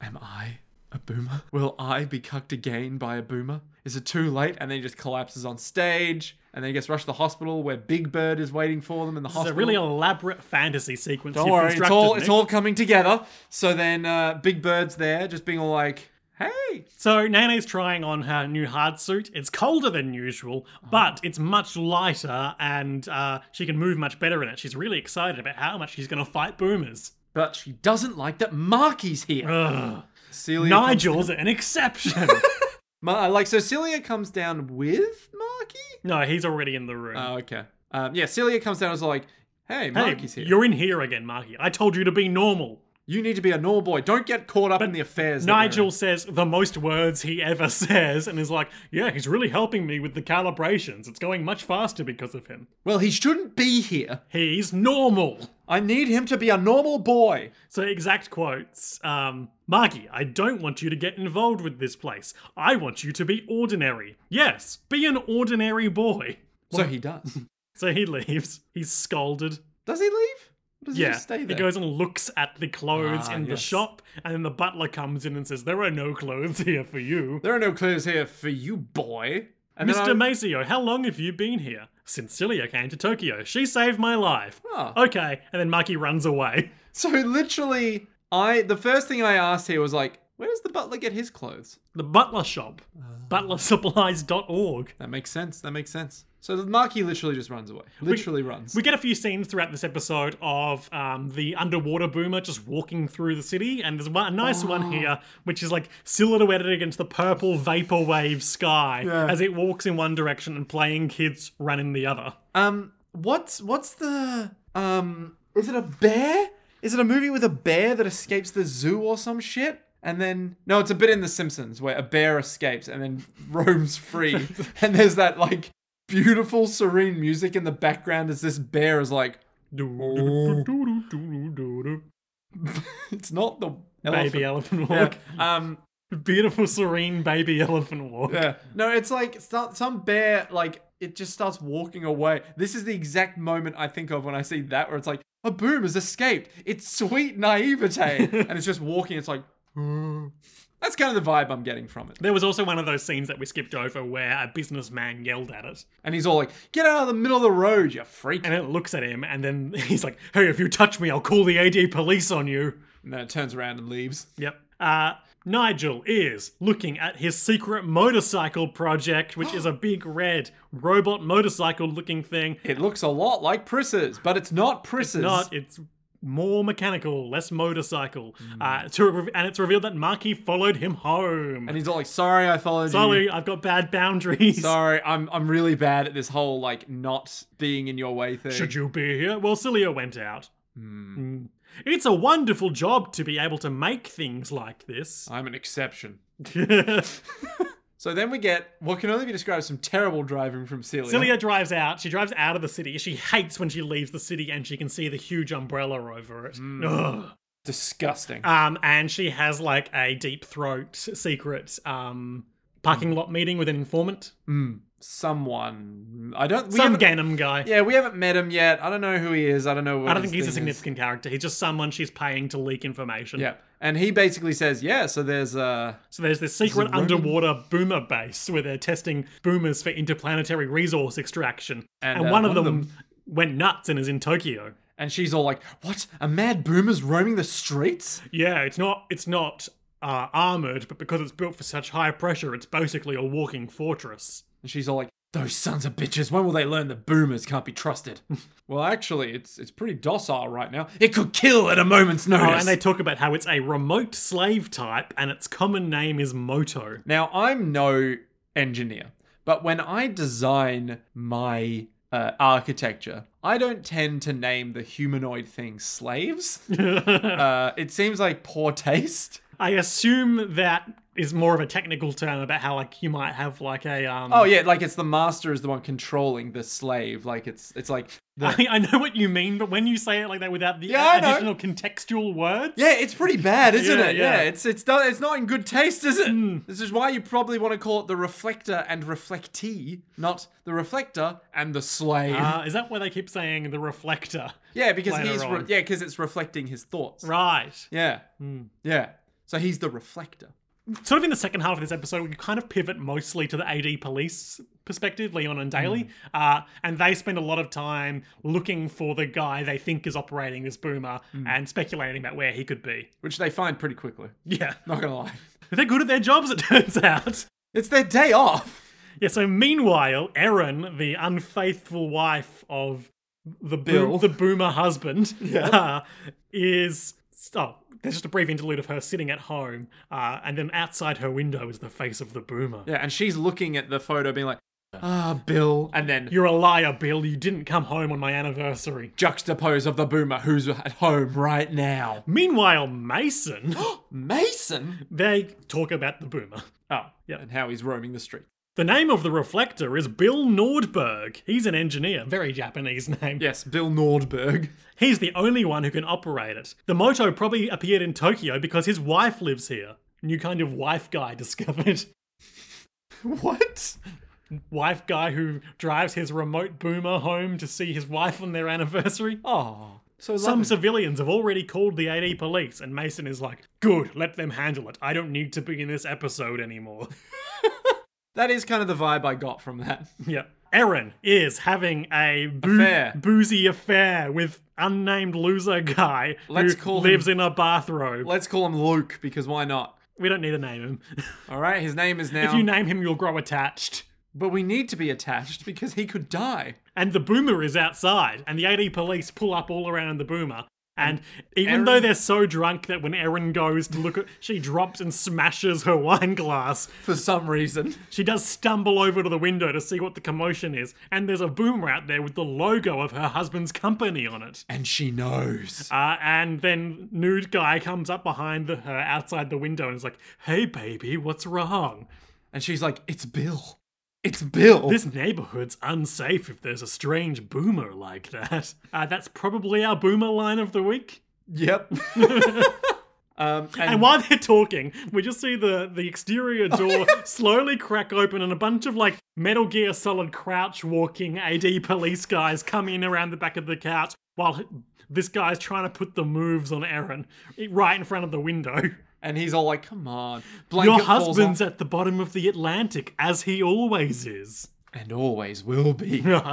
[SPEAKER 2] Am I a boomer? Will I be cucked again by a boomer? Is it too late? And then he just collapses on stage, and then he gets rushed to the hospital where Big Bird is waiting for them in the
[SPEAKER 1] It's a
[SPEAKER 2] hospital.
[SPEAKER 1] really elaborate fantasy sequence.
[SPEAKER 2] Don't
[SPEAKER 1] you've
[SPEAKER 2] worry, it's
[SPEAKER 1] constructed,
[SPEAKER 2] all it's
[SPEAKER 1] Nick.
[SPEAKER 2] all coming together. So then uh, Big Bird's there, just being all like, "Hey,
[SPEAKER 1] So Nene's trying on her new hard suit. It's colder than usual, but
[SPEAKER 2] Oh.
[SPEAKER 1] it's much lighter, and uh, she can move much better in it. She's really excited about how much she's going to fight boomers.
[SPEAKER 2] but she doesn't like that Marky's
[SPEAKER 1] Uh,
[SPEAKER 2] here."
[SPEAKER 1] Ugh.
[SPEAKER 2] Celia, comes-
[SPEAKER 1] Nigel's an exception.
[SPEAKER 2] Ma- uh, like so, Celia comes down with Marky.
[SPEAKER 1] no, he's already in the room.
[SPEAKER 2] Oh, okay. Um, yeah, Celia comes down and is like, "Hey,
[SPEAKER 1] hey,
[SPEAKER 2] Marky's here.
[SPEAKER 1] you're in here again, Marky. I told you to be normal.
[SPEAKER 2] You need to be a normal boy. Don't get caught up in the affairs." that we're in."
[SPEAKER 1] Nigel says the most words he ever says and is like, yeah, he's really helping me with the calibrations. It's going much faster because of him.
[SPEAKER 2] Well, he shouldn't be here.
[SPEAKER 1] He's normal.
[SPEAKER 2] I need him to be a normal boy.
[SPEAKER 1] So exact quotes. Um, Margie, I don't want you to get involved with this place. I want you to be ordinary. Yes, be an ordinary boy.
[SPEAKER 2] So he does.
[SPEAKER 1] So he leaves. He's scolded.
[SPEAKER 2] Does he leave? Or does he
[SPEAKER 1] Yeah,
[SPEAKER 2] just stay
[SPEAKER 1] he
[SPEAKER 2] there?
[SPEAKER 1] goes and looks at the clothes
[SPEAKER 2] Ah,
[SPEAKER 1] in the
[SPEAKER 2] yes.
[SPEAKER 1] shop, and then the butler comes in and says, "There are no clothes here for you."
[SPEAKER 2] there are no clues here for you, boy. And then
[SPEAKER 1] Mr.
[SPEAKER 2] I'm-
[SPEAKER 1] Maceo, how long have you been here? Since Celia came to Tokyo. She saved my life.
[SPEAKER 2] Ah.
[SPEAKER 1] Okay. And then Maki runs away.
[SPEAKER 2] so literally, I the first thing I asked here was like, where does the butler get his clothes? Ah.
[SPEAKER 1] The butler shop. Butlersupplies.org.
[SPEAKER 2] That makes sense. That makes sense. So the Marquis literally just runs away. Literally runs.
[SPEAKER 1] We get a few scenes throughout this episode of um, the underwater boomer just walking through the city, and there's one, a nice one
[SPEAKER 2] Ah.
[SPEAKER 1] here, which is like silhouetted against the purple vaporwave sky
[SPEAKER 2] Yeah.
[SPEAKER 1] as it walks in one direction and playing kids run in the other.
[SPEAKER 2] Um, what's what's the um? Is it a bear? Is it a movie with a bear that escapes the zoo or some shit? And then no, it's a bit in The Simpsons where a bear escapes and then roams free, and there's that like beautiful serene music in the background as this bear is like, it's not the
[SPEAKER 1] Baby elephant
[SPEAKER 2] elephant. Yeah,
[SPEAKER 1] walk.
[SPEAKER 2] Um,
[SPEAKER 1] Beautiful, serene baby elephant walk.
[SPEAKER 2] Yeah. No, it's like start, some bear, like, it just starts walking away. This is the exact moment I think of when I see that, where it's like, a boom has escaped. It's sweet naivete. and it's just walking. It's like, that's kind of the vibe I'm getting from it.
[SPEAKER 1] There was also one of those scenes that we skipped over where a businessman yelled at it,
[SPEAKER 2] And he's all like, get out of the middle of the road, you freak.
[SPEAKER 1] and it looks at him, and then he's like, "Hey, if you touch me, I'll call the AD police on you."
[SPEAKER 2] And then it turns around and leaves.
[SPEAKER 1] Yep. Uh, Nigel is looking at his secret motorcycle project, which is a big red robot motorcycle looking thing.
[SPEAKER 2] It looks a lot like Pris's, but it's not Pris's.
[SPEAKER 1] Not, it's more mechanical, less motorcycle.
[SPEAKER 2] Hmm.
[SPEAKER 1] Uh, to re- and it's revealed that Marky followed him home.
[SPEAKER 2] and he's all like, sorry, I followed you.
[SPEAKER 1] Sorry, I've got bad boundaries.
[SPEAKER 2] Sorry, I'm I'm really bad at this whole like not being in your way thing.
[SPEAKER 1] Should you be here? Well, Celia went out.
[SPEAKER 2] Hmm.
[SPEAKER 1] Mm. It's a wonderful job to be able to make things like this.
[SPEAKER 2] I'm an exception. Uh,
[SPEAKER 1] Celia
[SPEAKER 2] So then we get what can only be described as some terrible driving from Celia.
[SPEAKER 1] drives out. She drives out of the city. She hates when she leaves the city and she can see the huge umbrella over it.
[SPEAKER 2] Hmm.
[SPEAKER 1] Ugh.
[SPEAKER 2] Disgusting.
[SPEAKER 1] Um, and she has like a deep throat secret um,
[SPEAKER 2] Hmm.
[SPEAKER 1] parking lot meeting with an informant.
[SPEAKER 2] Someone. I don't. We
[SPEAKER 1] Some
[SPEAKER 2] haven't-
[SPEAKER 1] Ganem guy.
[SPEAKER 2] Yeah, we haven't met him yet. I don't know who he is. I don't know what
[SPEAKER 1] I don't
[SPEAKER 2] his
[SPEAKER 1] think he's a
[SPEAKER 2] thing is.
[SPEAKER 1] significant character. He's just someone she's paying to leak information.
[SPEAKER 2] Yeah. And he basically says, yeah, so there's uh
[SPEAKER 1] So there's this secret underwater boomer base where they're testing boomers for interplanetary resource extraction.
[SPEAKER 2] And,
[SPEAKER 1] And,
[SPEAKER 2] uh,
[SPEAKER 1] one, of,
[SPEAKER 2] one of
[SPEAKER 1] them went nuts and is in Tokyo.
[SPEAKER 2] and she's all like, What? A mad boomer's roaming the streets?
[SPEAKER 1] Yeah, it's not it's not uh, armored, but because it's built for such high pressure, it's basically a walking fortress.
[SPEAKER 2] And she's all like, Those sons of bitches, when will they learn that boomers can't be trusted? well, actually, it's it's pretty docile right now. It could kill at a moment's notice.
[SPEAKER 1] Oh, and they talk about how it's a remote slave type and its common name is Moto.
[SPEAKER 2] Now, I'm no engineer, but when I design my uh, architecture, I don't tend to name the humanoid thing slaves. uh, it seems like poor taste.
[SPEAKER 1] I assume that is more of a technical term about how like you might have like a um
[SPEAKER 2] Oh yeah, like it's the master is the one controlling the slave. Like it's it's like the,
[SPEAKER 1] I, I know what you mean, but when you say it like that without the
[SPEAKER 2] Yeah, I know.
[SPEAKER 1] additional contextual words,
[SPEAKER 2] yeah, it's pretty bad, isn't
[SPEAKER 1] Yeah,
[SPEAKER 2] it? Yeah.
[SPEAKER 1] yeah. Hmm.
[SPEAKER 2] it's it's done. It's not in good taste, is it? This is why you probably want to call it the reflector and reflectee, not the reflector and the slave.
[SPEAKER 1] Uh, is that why they keep saying the reflector?
[SPEAKER 2] yeah, because
[SPEAKER 1] later
[SPEAKER 2] he's re-
[SPEAKER 1] on.
[SPEAKER 2] yeah, because it's reflecting his thoughts.
[SPEAKER 1] Right.
[SPEAKER 2] Yeah. Yeah. So he's the reflector.
[SPEAKER 1] Sort of in the second half of this episode, we kind of pivot mostly to the AD police perspective, Leon and Daly,
[SPEAKER 2] Mm.
[SPEAKER 1] uh, and they spend a lot of time looking for the guy they think is operating this boomer
[SPEAKER 2] Mm.
[SPEAKER 1] and speculating about where he could be.
[SPEAKER 2] Which they find pretty quickly.
[SPEAKER 1] Yeah,
[SPEAKER 2] Not gonna lie.
[SPEAKER 1] they're good at their jobs, it turns out.
[SPEAKER 2] It's their day off.
[SPEAKER 1] Yeah, so meanwhile, Erin, the unfaithful wife of the bo-
[SPEAKER 2] Bill.
[SPEAKER 1] the boomer husband, uh, is oh, there's just a brief interlude of her sitting at home, uh, and then outside her window is the face of the boomer.
[SPEAKER 2] Yeah, and she's looking at the photo being like, ah, Bill. And then
[SPEAKER 1] You're a liar, Bill. You didn't come home on my anniversary.
[SPEAKER 2] juxtapose of the boomer who's at home right now.
[SPEAKER 1] Meanwhile, Mason,
[SPEAKER 2] Mason?
[SPEAKER 1] they talk about the boomer.
[SPEAKER 2] Oh,
[SPEAKER 1] Yeah.
[SPEAKER 2] And how he's roaming the street.
[SPEAKER 1] The name of the reflector is Bill Nordberg. He's an engineer, very Japanese name.
[SPEAKER 2] Yes, Bill Nordberg.
[SPEAKER 1] He's the only one who can operate it. The moto probably appeared in Tokyo because his wife lives here. New kind of wife guy discovered.
[SPEAKER 2] What?
[SPEAKER 1] wife guy who drives his remote boomer home to see his wife on their anniversary.
[SPEAKER 2] Oh. So
[SPEAKER 1] Some
[SPEAKER 2] loving.
[SPEAKER 1] civilians have already called the AD police, and Mason is like, Good, let them handle it. I don't need to be in this episode anymore.
[SPEAKER 2] that is kind of the vibe I got from that.
[SPEAKER 1] yep. Erin is having a boo-
[SPEAKER 2] Affair.
[SPEAKER 1] boozy affair with unnamed loser guy
[SPEAKER 2] Let's
[SPEAKER 1] who
[SPEAKER 2] call him-
[SPEAKER 1] lives in a bathrobe.
[SPEAKER 2] Let's call him Luke because why not?
[SPEAKER 1] we don't need to name him.
[SPEAKER 2] All right, his name is now
[SPEAKER 1] If you name him, you'll grow attached.
[SPEAKER 2] But we need to be attached because he could die.
[SPEAKER 1] And the boomer is outside, and the AD police pull up all around the boomer. And even though
[SPEAKER 2] Erin-
[SPEAKER 1] they're so drunk that when Erin goes to look at, she drops and smashes her wine glass.
[SPEAKER 2] For some reason.
[SPEAKER 1] She does stumble over to the window to see what the commotion is, and there's a boomer out there with the logo of her husband's company on it.
[SPEAKER 2] And she knows.
[SPEAKER 1] Uh, and then nude guy comes up behind the, her outside the window and is like, "Hey baby, what's wrong?
[SPEAKER 2] And she's like, it's Bill. It's Bill.
[SPEAKER 1] This neighborhood's unsafe if there's a strange boomer like that." Uh, that's probably our boomer line of the week.
[SPEAKER 2] Yep. um, and,
[SPEAKER 1] And while they're talking, we just see the the exterior door slowly crack open, and a bunch of like Metal Gear Solid crouch walking AD police guys come in around the back of the couch while h- this guy's trying to put the moves on Aaron right in front of the window.
[SPEAKER 2] and he's all like, come on. Blanket
[SPEAKER 1] Your
[SPEAKER 2] falls off
[SPEAKER 1] husband's at the bottom of the Atlantic, as he always is.
[SPEAKER 2] And always will be.
[SPEAKER 1] and
[SPEAKER 2] And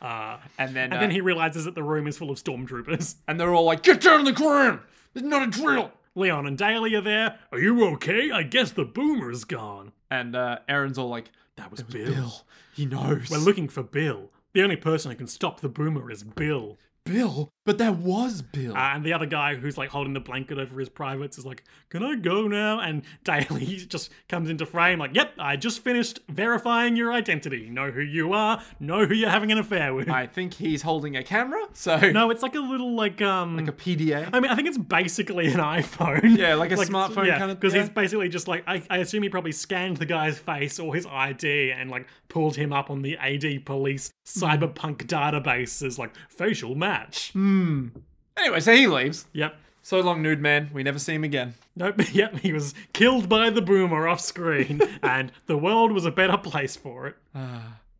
[SPEAKER 2] then, uh, and,
[SPEAKER 1] then he realizes that the room is full of stormtroopers.
[SPEAKER 2] they're all like, get down on the ground. It's not a drill.
[SPEAKER 1] Leon and Daly are there. Are you okay? I guess the boomer's gone.
[SPEAKER 2] And uh, Aaron's all like,
[SPEAKER 1] That was,
[SPEAKER 2] Bill. He knows.
[SPEAKER 1] We're looking for Bill. The only person who can stop the boomer is Bill.
[SPEAKER 2] Bill. But that was Bill.
[SPEAKER 1] Uh, and the other guy who's like holding the blanket over his privates is like, Can I go now? And Daly just comes into frame, like, Yep, I just finished verifying your identity. Know who you are, know who you're having an affair with.
[SPEAKER 2] I think he's holding a camera. So,
[SPEAKER 1] No, it's like a little, like, um.
[SPEAKER 2] like a PDA.
[SPEAKER 1] I mean, I think it's basically an iPhone.
[SPEAKER 2] Yeah, like a smartphone kind of-
[SPEAKER 1] Because
[SPEAKER 2] yeah.
[SPEAKER 1] he's basically just like, I, I assume he probably scanned the guy's face or his ID and like pulled him up on the AD police cyberpunk database as like facial match.
[SPEAKER 2] Anyway, so he leaves.
[SPEAKER 1] Yep.
[SPEAKER 2] So long, nude man. We never see him again.
[SPEAKER 1] Nope. Yep. He was killed by the boomer off screen, and the world was a better place for it.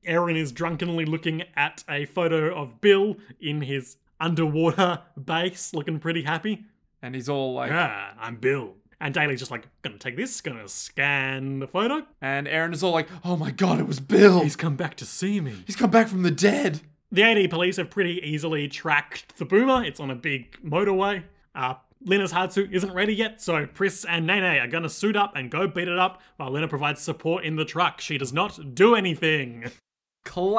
[SPEAKER 1] Aaron is drunkenly looking at a photo of Bill in his underwater base, looking pretty happy.
[SPEAKER 2] And he's all like,
[SPEAKER 1] Ah, I'm Bill. And Daly's just like, gonna take this, gonna scan the photo.
[SPEAKER 2] and Aaron is all like, oh my god, it was Bill.
[SPEAKER 1] He's come back to see me.
[SPEAKER 2] he's come back from the dead.
[SPEAKER 1] The AD police have pretty easily tracked the boomer. It's on a big motorway. Uh, Lena's hard suit isn't ready yet, so Pris and Nene are gonna suit up and go beat it up while Lena provides support in the truck. She does not do anything.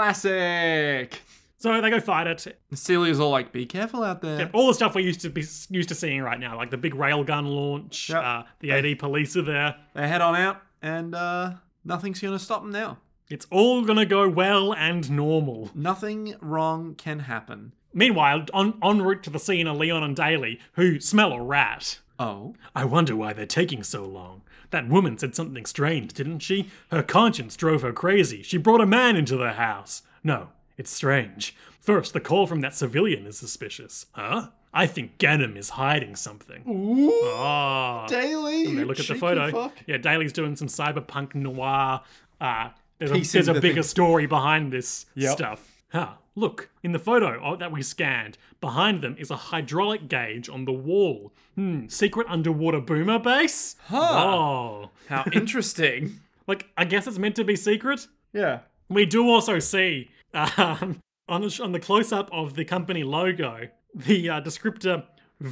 [SPEAKER 2] Classic.
[SPEAKER 1] So they go fight it.
[SPEAKER 2] And Celia's all like, be careful out there.
[SPEAKER 1] All the stuff we're used to be used to seeing right now, like the big railgun launch.
[SPEAKER 2] Yep.
[SPEAKER 1] Uh, the AD police are there.
[SPEAKER 2] They head on out, and uh, nothing's going to stop them now.
[SPEAKER 1] It's all gonna go well and normal.
[SPEAKER 2] Nothing wrong can happen.
[SPEAKER 1] Meanwhile, on en route to the scene are Leon and Daly, who smell a rat.
[SPEAKER 2] Oh.
[SPEAKER 1] I wonder why they're taking so long. That woman said something strange, didn't she? Her conscience drove her crazy. She brought a man into the house. No, it's strange. First, the call from that civilian is suspicious. Huh? I think Ganem is hiding something.
[SPEAKER 2] Ooh,
[SPEAKER 1] Ah.
[SPEAKER 2] Daily.
[SPEAKER 1] They look at the photo. Yeah, Daly's doing some cyberpunk noir. Uh, there's a,
[SPEAKER 2] Piecing
[SPEAKER 1] there's a
[SPEAKER 2] the
[SPEAKER 1] bigger
[SPEAKER 2] thing-
[SPEAKER 1] story behind this
[SPEAKER 2] Yep.
[SPEAKER 1] stuff. Huh. Look, in the photo oh, that we scanned, behind them is a hydraulic gauge on the wall. Hmm, secret underwater boomer base? Huh. Oh.
[SPEAKER 2] How interesting.
[SPEAKER 1] Like, I guess it's meant to be secret?
[SPEAKER 2] yeah.
[SPEAKER 1] We do also see um, on the, on the close up of the company logo the uh, descriptor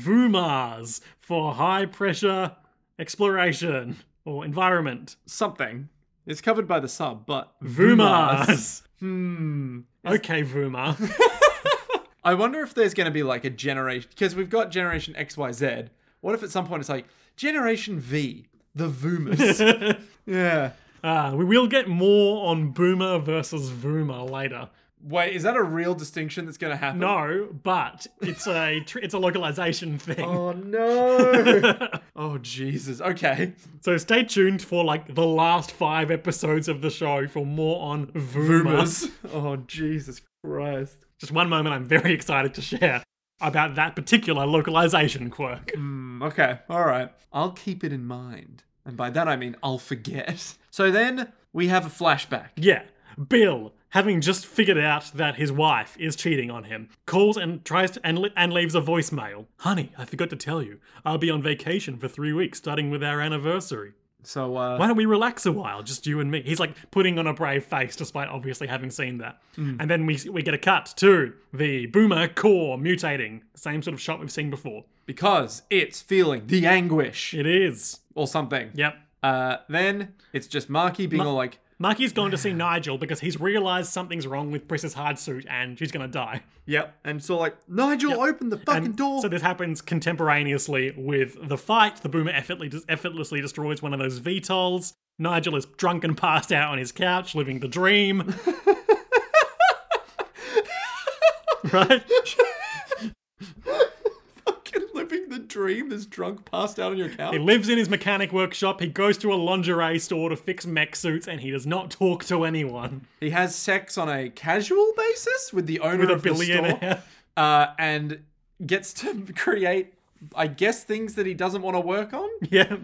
[SPEAKER 1] VUMARS for high pressure exploration or environment.
[SPEAKER 2] Something. It's covered by the sub, but.
[SPEAKER 1] VUMARS.
[SPEAKER 2] Hmm.
[SPEAKER 1] Okay, VUMA.
[SPEAKER 2] I wonder if there's going to be like a generation because we've got generation X, Y, Z. What if at some point it's like generation V, the Voomers? yeah.
[SPEAKER 1] uh, we will get more on Boomer versus VUMA later.
[SPEAKER 2] Wait, is that a real distinction that's going to happen?
[SPEAKER 1] No, but it's a tr- it's a localization thing.
[SPEAKER 2] Oh no. oh Jesus. Okay.
[SPEAKER 1] So stay tuned for like the last five episodes of the show for more on VUMAS.
[SPEAKER 2] Boomers. Oh Jesus Christ.
[SPEAKER 1] just one moment I'm very excited to share about that particular localization quirk.
[SPEAKER 2] Hmm, okay. All right. I'll keep it in mind. And by that I mean I'll forget. So then we have a flashback.
[SPEAKER 1] Yeah, Bill, having just figured out that his wife is cheating on him, calls and tries to and, le- and leaves a voicemail. Honey, I forgot to tell you, I'll be on vacation for three weeks, starting with our anniversary.
[SPEAKER 2] So uh
[SPEAKER 1] Why don't we relax a while, just you and me? He's like putting on a brave face, despite obviously having seen that. And then we we get a cut to the boomer core mutating, same sort of shot we've seen before.
[SPEAKER 2] because it's feeling the anguish
[SPEAKER 1] It is.
[SPEAKER 2] or something.
[SPEAKER 1] Yep.
[SPEAKER 2] Uh then it's just Marky being all like
[SPEAKER 1] Marky's gone to see Nigel because he's realized something's wrong with Pris's hard suit and she's gonna die.
[SPEAKER 2] Yep. And so like Nigel, open the fucking
[SPEAKER 1] And
[SPEAKER 2] door.
[SPEAKER 1] So this happens contemporaneously with the fight. The boomer effortlessly, effortlessly destroys one of those VTOLs. Nigel is drunk and passed out on his couch, living the dream. right?
[SPEAKER 2] fucking living the dream is drunk, passed out on your couch.
[SPEAKER 1] He lives in his mechanic workshop. He goes to a lingerie store to fix mech suits, and he does not talk to anyone.
[SPEAKER 2] He has sex on a casual basis with the owner
[SPEAKER 1] With a
[SPEAKER 2] of the store,
[SPEAKER 1] billionaire.
[SPEAKER 2] uh, and gets to create, I guess, things that he doesn't want to work on.
[SPEAKER 1] yeah.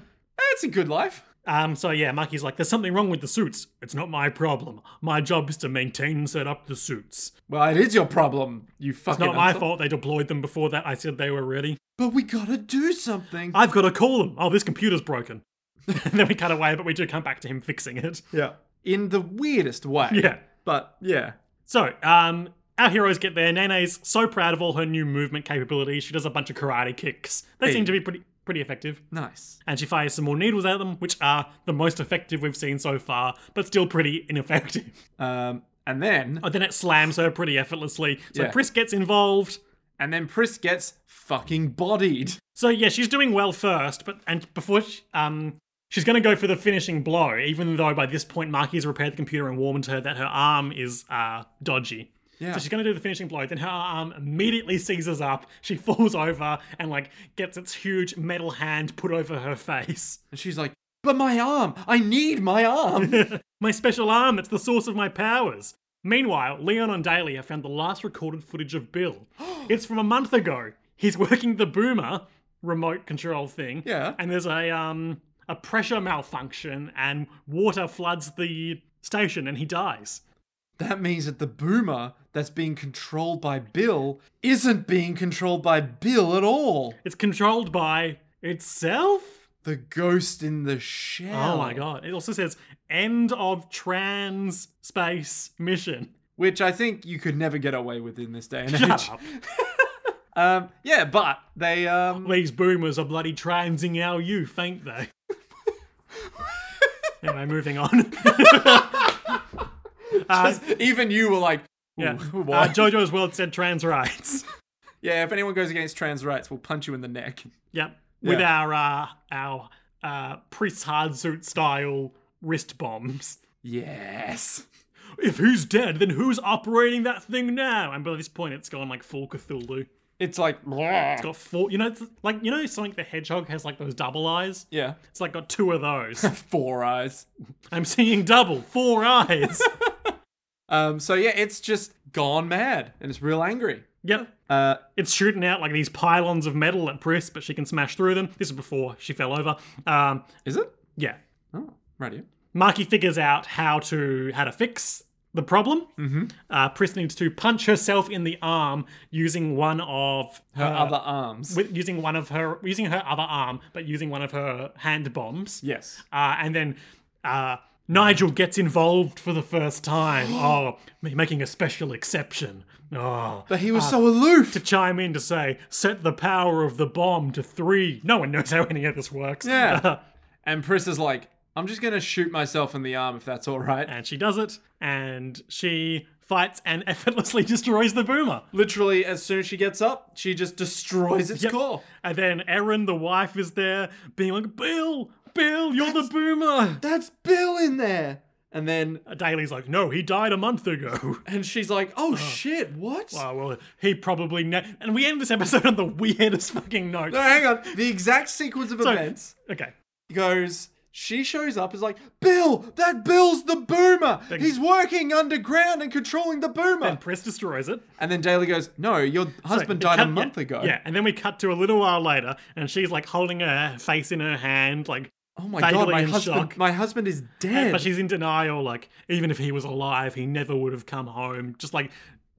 [SPEAKER 2] That's a good life.
[SPEAKER 1] Um, so yeah, Maki's like, there's something wrong with the suits. It's not my problem. My job is to maintain and set up the suits.
[SPEAKER 2] Well, it is your problem, you fucking.
[SPEAKER 1] Not my
[SPEAKER 2] asshole.
[SPEAKER 1] fault they deployed them before that. I said they were ready.
[SPEAKER 2] But we gotta do something.
[SPEAKER 1] I've got to call them. Oh, this computer's broken. and then we cut away, but we do come back to him fixing it.
[SPEAKER 2] yeah. In the weirdest way.
[SPEAKER 1] Yeah.
[SPEAKER 2] But yeah.
[SPEAKER 1] So, um, our heroes get there. Nene's so proud of all her new movement capabilities. She does a bunch of karate kicks. They
[SPEAKER 2] Hey.
[SPEAKER 1] seem to be pretty pretty effective.
[SPEAKER 2] Nice.
[SPEAKER 1] And she fires some more needles at them, which are the most effective we've seen so far, but still pretty ineffective.
[SPEAKER 2] Um, and then,
[SPEAKER 1] But then it slams her pretty effortlessly. So
[SPEAKER 2] Yeah.
[SPEAKER 1] Pris gets involved.
[SPEAKER 2] and then Pris gets fucking bodied.
[SPEAKER 1] So yeah, she's doing well first, but and before she, um she's going to go for the finishing blow, even though by this point Marky's repaired the computer and warned her that her arm is uh dodgy.
[SPEAKER 2] Yeah.
[SPEAKER 1] So she's going to do the finishing blow. Then her arm immediately seizes up. She falls over and like gets its huge metal hand put over her face.
[SPEAKER 2] And she's like, "But my arm! I need my arm!"
[SPEAKER 1] my special arm, it's the source of my powers. Meanwhile, Leon and Daly have found the last recorded footage of Bill. it's from a month ago. He's working the boomer remote control thing.
[SPEAKER 2] Yeah.
[SPEAKER 1] And there's a um a pressure malfunction and water floods the station and he dies.
[SPEAKER 2] that means that the boomer that's being controlled by Bill isn't being controlled by Bill at all.
[SPEAKER 1] It's controlled by itself?
[SPEAKER 2] The ghost in the shell.
[SPEAKER 1] Oh my god. It also says end of trans space mission.
[SPEAKER 2] Which I think you could never get away with in this day and
[SPEAKER 1] Shut
[SPEAKER 2] age.
[SPEAKER 1] up.
[SPEAKER 2] Um, yeah, but they um
[SPEAKER 1] These boomers are bloody transing our youth, ain't they? anyway, moving on. uh,
[SPEAKER 2] even you were like,
[SPEAKER 1] yeah.
[SPEAKER 2] "Ooh,
[SPEAKER 1] Uh,
[SPEAKER 2] why?"
[SPEAKER 1] JoJo's World said trans rights.
[SPEAKER 2] yeah, if anyone goes against trans rights, we'll punch you in the neck.
[SPEAKER 1] Yep. With
[SPEAKER 2] Yeah.
[SPEAKER 1] our uh, our uh, priest hard suit style wrist bombs.
[SPEAKER 2] Yes.
[SPEAKER 1] If he's dead, then who's operating that thing now? And by this point, it's gone like full Cthulhu.
[SPEAKER 2] It's like
[SPEAKER 1] It's got four. You know, it's like you know, Sonic the Hedgehog has like those double eyes.
[SPEAKER 2] Yeah.
[SPEAKER 1] It's like got two of those.
[SPEAKER 2] Four eyes.
[SPEAKER 1] I'm seeing double, four eyes.
[SPEAKER 2] Um, so yeah, it's just gone mad and it's real angry.
[SPEAKER 1] Yep.
[SPEAKER 2] Uh,
[SPEAKER 1] It's shooting out like these pylons of metal at Priss, but she can smash through them. This is before she fell over. Um,
[SPEAKER 2] is it?
[SPEAKER 1] yeah.
[SPEAKER 2] Oh, right here.
[SPEAKER 1] Marky figures out how to how to fix the problem. Mm-hmm. Uh, Priss needs to punch herself in the arm using one of
[SPEAKER 2] Her other arms.
[SPEAKER 1] with, using one of her using her other arm, but using one of her hand bombs.
[SPEAKER 2] yes.
[SPEAKER 1] Uh, and then uh, Nigel gets involved for the first time. oh, ma- making a special exception. Oh,
[SPEAKER 2] But he was so aloof.
[SPEAKER 1] to chime in to say, set the power of the bomb to three. No one knows how any of this works.
[SPEAKER 2] Yeah. and Pris is like, I'm just gonna shoot myself in the arm if that's all right.
[SPEAKER 1] and she does it, and she fights and effortlessly destroys the boomer.
[SPEAKER 2] Literally, as soon as she gets up, she just destroys its core.
[SPEAKER 1] And then Erin, the wife, is there being like, Bill, Bill, you're the boomer.
[SPEAKER 2] That's Bill in there. And then,
[SPEAKER 1] Daly's like, no, he died a month ago.
[SPEAKER 2] and she's like, oh shit, what?
[SPEAKER 1] Oh, well, he probably. Ne- and we end this episode on the weirdest fucking note.
[SPEAKER 2] No, hang on. The exact sequence of events
[SPEAKER 1] Okay.
[SPEAKER 2] goes. She shows up is like, Bill, that Bill's the boomer. He's working underground and controlling the boomer.
[SPEAKER 1] And Press destroys it.
[SPEAKER 2] and then Daly goes, No, your husband died a
[SPEAKER 1] Cut- yeah,
[SPEAKER 2] month ago.
[SPEAKER 1] Yeah, and then we cut to a little while later, and she's like holding her face in her hand, like,
[SPEAKER 2] Oh my
[SPEAKER 1] Vaguely
[SPEAKER 2] god, my
[SPEAKER 1] in
[SPEAKER 2] husband,
[SPEAKER 1] shock.
[SPEAKER 2] my husband is dead.
[SPEAKER 1] but she's in denial. Like, even if he was alive, he never would have come home. Just like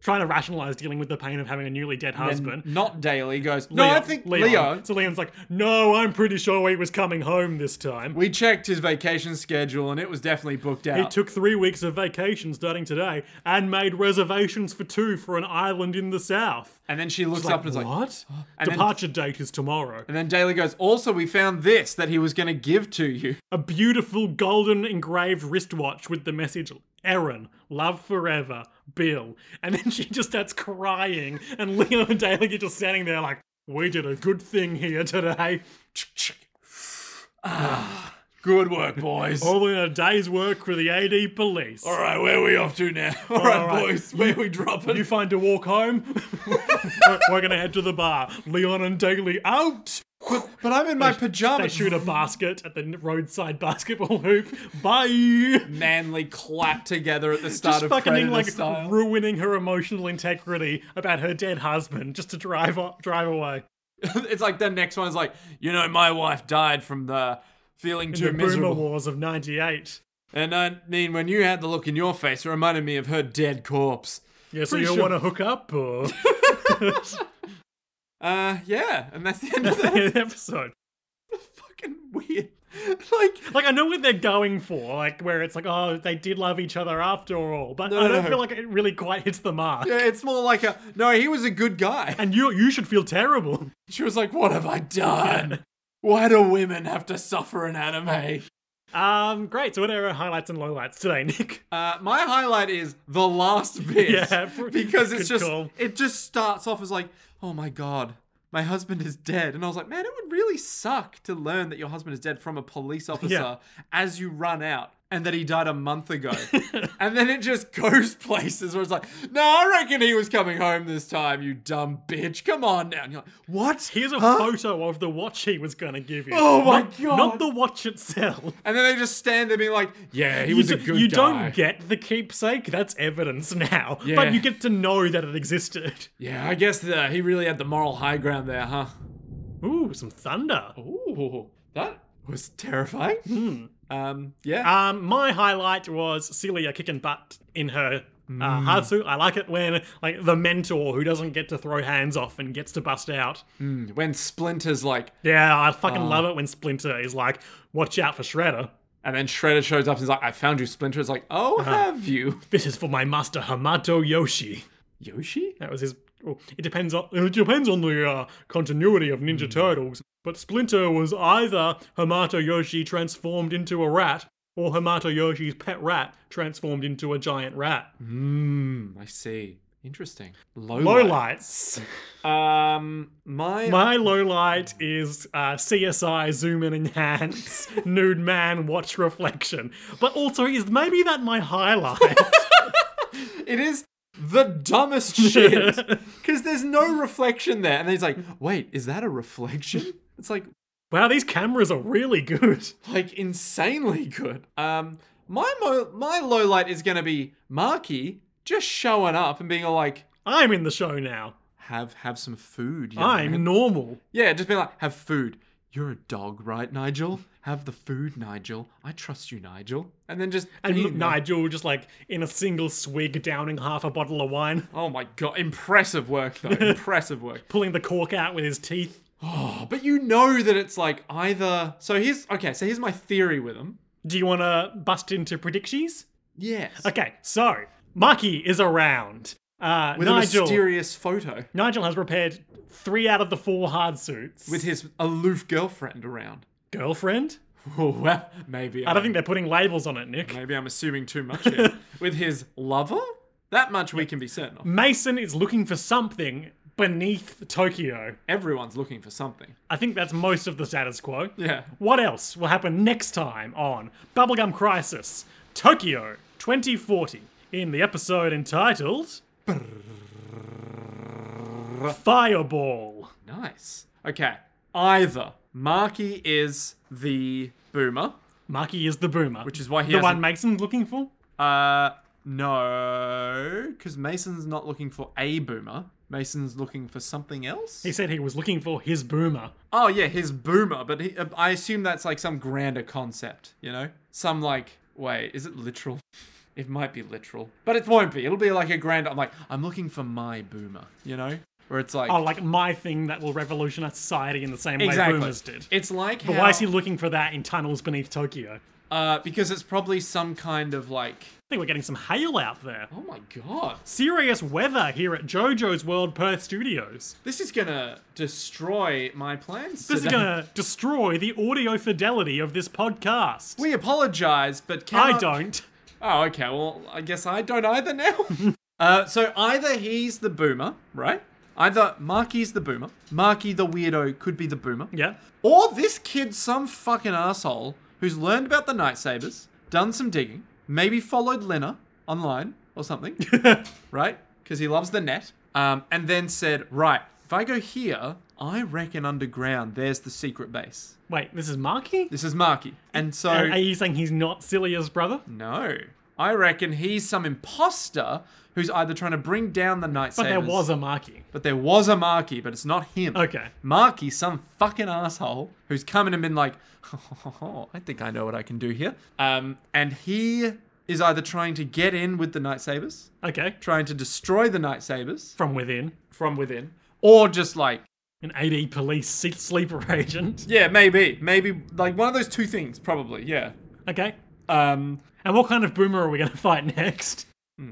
[SPEAKER 1] trying to rationalize dealing with the pain of having a newly dead husband.
[SPEAKER 2] And not Daly goes, No, I think Leo.
[SPEAKER 1] So Leon's like, no, I'm pretty sure he was coming home this time.
[SPEAKER 2] We checked his vacation schedule and it was definitely booked out.
[SPEAKER 1] He took three weeks of vacation starting today and made reservations for two for an island in the south.
[SPEAKER 2] and then she looks
[SPEAKER 1] Like,
[SPEAKER 2] up and is like,
[SPEAKER 1] what?
[SPEAKER 2] And then-
[SPEAKER 1] Departure date is tomorrow.
[SPEAKER 2] And then Daly goes, Also, we found this that he was going to give to you.
[SPEAKER 1] A beautiful golden engraved wristwatch with the message Erin, love forever, Bill. And then she just starts crying, and Leo and Daly are just standing there like, we did a good thing here today.
[SPEAKER 2] Good work, boys.
[SPEAKER 1] All in a day's work for the AD police.
[SPEAKER 2] All right, where are we off to now? all right, boys, where we dropping?
[SPEAKER 1] You find a walk home? We're going to head to the bar. Leon and Daly out!
[SPEAKER 2] but, but I'm in my
[SPEAKER 1] They
[SPEAKER 2] pajamas.
[SPEAKER 1] shoot a basket at the roadside basketball hoop. Bye!
[SPEAKER 2] Manly clap together at the start
[SPEAKER 1] Just
[SPEAKER 2] of
[SPEAKER 1] fucking
[SPEAKER 2] Predator
[SPEAKER 1] like
[SPEAKER 2] style.
[SPEAKER 1] ruining her emotional integrity about her dead husband just to drive o- drive away.
[SPEAKER 2] it's like the next one is like, you know, my wife died from the feeling too
[SPEAKER 1] the
[SPEAKER 2] miserable.
[SPEAKER 1] Boomer Wars of '98.
[SPEAKER 2] And I mean, when you had the look in your face, it reminded me of her dead corpse.
[SPEAKER 1] Yeah, so
[SPEAKER 2] Pretty
[SPEAKER 1] you
[SPEAKER 2] sure-
[SPEAKER 1] want to hook up or
[SPEAKER 2] Uh, yeah, and that's the end of that
[SPEAKER 1] the episode?
[SPEAKER 2] fucking weird. Like,
[SPEAKER 1] Like I know what they're going for, like where it's like, oh, they did love each other after all, but
[SPEAKER 2] No,
[SPEAKER 1] I
[SPEAKER 2] no,
[SPEAKER 1] don't
[SPEAKER 2] no.
[SPEAKER 1] feel like it really quite hits the mark.
[SPEAKER 2] yeah, it's more like a no. He was a good guy.
[SPEAKER 1] And you you should feel terrible.
[SPEAKER 2] She was like, "What have I done? Why do women have to suffer in anime?"
[SPEAKER 1] Um, great. So what are our highlights and lowlights today, Nick?
[SPEAKER 2] Uh, my highlight is the last bit.
[SPEAKER 1] Yeah, pr-
[SPEAKER 2] because it's
[SPEAKER 1] good
[SPEAKER 2] just
[SPEAKER 1] call.
[SPEAKER 2] it just starts off as like, oh my god, my husband is dead, and I was like, man, it would really suck to learn that your husband is dead from a police officer
[SPEAKER 1] Yeah.
[SPEAKER 2] as you run out. And that he died a month ago. and then it just goes places where it's like, no, I reckon he was coming home this time, you dumb bitch. Come on now. And you're like, what?
[SPEAKER 1] Here's a
[SPEAKER 2] Huh?
[SPEAKER 1] photo of the watch he was gonna give you.
[SPEAKER 2] Oh my
[SPEAKER 1] Not-
[SPEAKER 2] God.
[SPEAKER 1] Not the watch itself.
[SPEAKER 2] And then they just stand there being like, yeah, he was
[SPEAKER 1] you
[SPEAKER 2] a
[SPEAKER 1] do-
[SPEAKER 2] good
[SPEAKER 1] you
[SPEAKER 2] guy.
[SPEAKER 1] don't get the keepsake. That's evidence now.
[SPEAKER 2] Yeah.
[SPEAKER 1] But you get to know that it existed.
[SPEAKER 2] yeah, I guess the, he really had the moral high ground there, huh?
[SPEAKER 1] Ooh, some thunder.
[SPEAKER 2] Ooh, that was terrifying. Um, yeah.
[SPEAKER 1] Um, my highlight was Celia kicking butt in her uh,
[SPEAKER 2] Mm.
[SPEAKER 1] Hatsu. I like it when like the mentor who doesn't get to throw hands off and gets to bust out.
[SPEAKER 2] Hmm, when Splinter's like,
[SPEAKER 1] Yeah, I fucking
[SPEAKER 2] Oh.
[SPEAKER 1] love it when Splinter is like, "Watch out for Shredder.
[SPEAKER 2] and then Shredder shows up and he's like, I found you, Splinter. It's like, oh, have you?
[SPEAKER 1] This is for my master Hamato Yoshi."
[SPEAKER 2] Yoshi?
[SPEAKER 1] That was his. Well, it depends on it depends on the uh, continuity of Ninja Turtles. But Splinter was either Hamato Yoshi transformed into a rat, or Hamato Yoshi's pet rat transformed into a giant rat.
[SPEAKER 2] Mmm, I see. Interesting. Low,
[SPEAKER 1] Low lights.
[SPEAKER 2] Um, my,
[SPEAKER 1] My low light is uh, CSI zoom in enhance nude man watch reflection. But also is maybe that my highlight.
[SPEAKER 2] it is the dumbest shit because there's no reflection there. And then he's like, wait, is that a reflection? It's like,
[SPEAKER 1] wow, these cameras are really good.
[SPEAKER 2] like insanely good. Um, my mo- my low light is gonna be Marky just showing up and being all like,
[SPEAKER 1] I'm in the show now.
[SPEAKER 2] have have some food. young man."
[SPEAKER 1] I'm normal.
[SPEAKER 2] yeah, just being like, have food. You're a dog, right, Nigel? Have the food, Nigel. I trust you, Nigel. And then just
[SPEAKER 1] And
[SPEAKER 2] being
[SPEAKER 1] look,
[SPEAKER 2] there.
[SPEAKER 1] Nigel just like in a single swig, downing half a bottle of wine,
[SPEAKER 2] Oh my god, impressive work though. impressive work.
[SPEAKER 1] pulling the cork out with his teeth.
[SPEAKER 2] Oh, but you know that it's like either. So here's okay. So here's my theory with them.
[SPEAKER 1] Do you want to bust into predictions?
[SPEAKER 2] Yes.
[SPEAKER 1] Okay, so Maki is around. Uh,
[SPEAKER 2] with a
[SPEAKER 1] Nigel.
[SPEAKER 2] mysterious photo
[SPEAKER 1] Nigel has repaired three out of the four hard suits.
[SPEAKER 2] with his aloof girlfriend around.
[SPEAKER 1] girlfriend?
[SPEAKER 2] Oh, well, maybe.
[SPEAKER 1] I don't think they're putting labels on it, Nick.
[SPEAKER 2] Maybe I'm assuming too much here. With his lover? That much we can be certain of.
[SPEAKER 1] Mason is looking for something beneath Tokyo.
[SPEAKER 2] Everyone's looking for something.
[SPEAKER 1] I think that's most of the status quo.
[SPEAKER 2] Yeah.
[SPEAKER 1] What else will happen next time on Bubblegum Crisis Tokyo 2040 in the episode entitled Fireball?
[SPEAKER 2] Nice. Okay. Either Marky is the boomer,
[SPEAKER 1] Maki is the boomer,
[SPEAKER 2] which is why he
[SPEAKER 1] the
[SPEAKER 2] hasn't-
[SPEAKER 1] one Mason's looking for.
[SPEAKER 2] Uh, no, because Mason's not looking for a boomer. Mason's looking for something else.
[SPEAKER 1] He said he was looking for his boomer.
[SPEAKER 2] Oh yeah, his boomer, but he, uh, I assume that's like some grander concept, you know? Some like, wait, is it literal? It might be literal, but it won't be. It'll be like a grand. I'm like, I'm looking for my boomer, you know? Where it's like.
[SPEAKER 1] Oh, like my thing that will revolutionize society in the same way boomers did.
[SPEAKER 2] It's like.
[SPEAKER 1] But
[SPEAKER 2] how,
[SPEAKER 1] why is he looking for that in tunnels beneath Tokyo? I
[SPEAKER 2] Uh, because it's probably some kind of like.
[SPEAKER 1] think we're getting some hail out there.
[SPEAKER 2] Oh my god.
[SPEAKER 1] Serious weather here at JoJo's World Perth Studios.
[SPEAKER 2] This is gonna destroy my plans.
[SPEAKER 1] This is
[SPEAKER 2] today.
[SPEAKER 1] gonna destroy the audio fidelity of this podcast.
[SPEAKER 2] We apologize, but can
[SPEAKER 1] I don't.
[SPEAKER 2] Oh, okay. Well, I guess I don't either now. uh, so either he's the boomer, right? Either Marky's the boomer, Marky the weirdo could be the boomer,
[SPEAKER 1] Yeah.
[SPEAKER 2] or this kid's some fucking asshole who's learned about the Night Sabers, done some digging, maybe followed Lena online or something, right? Because he loves the net, um, and then said, right, if I go here, I reckon underground there's the secret base.
[SPEAKER 1] Wait, this is Marky?
[SPEAKER 2] This is Marky, and so
[SPEAKER 1] Are you saying he's not Celia's brother?
[SPEAKER 2] No. I reckon he's some imposter who's either trying to bring down the Night
[SPEAKER 1] But
[SPEAKER 2] Sabers.
[SPEAKER 1] there was a Marky.
[SPEAKER 2] But there was a Marky, but it's not him.
[SPEAKER 1] Okay.
[SPEAKER 2] Marky's some fucking asshole who's come in and been like, "Oh, I think I know what I can do here. Um, and he is either trying to get in with the Night Sabers,
[SPEAKER 1] Okay.
[SPEAKER 2] trying to destroy the Night Sabers
[SPEAKER 1] From within.
[SPEAKER 2] from within, or just like,
[SPEAKER 1] An AD police se- sleeper agent.
[SPEAKER 2] yeah, maybe, maybe like one of those two things, probably, yeah.
[SPEAKER 1] Okay.
[SPEAKER 2] Um,
[SPEAKER 1] And what kind of boomer are we going to fight next?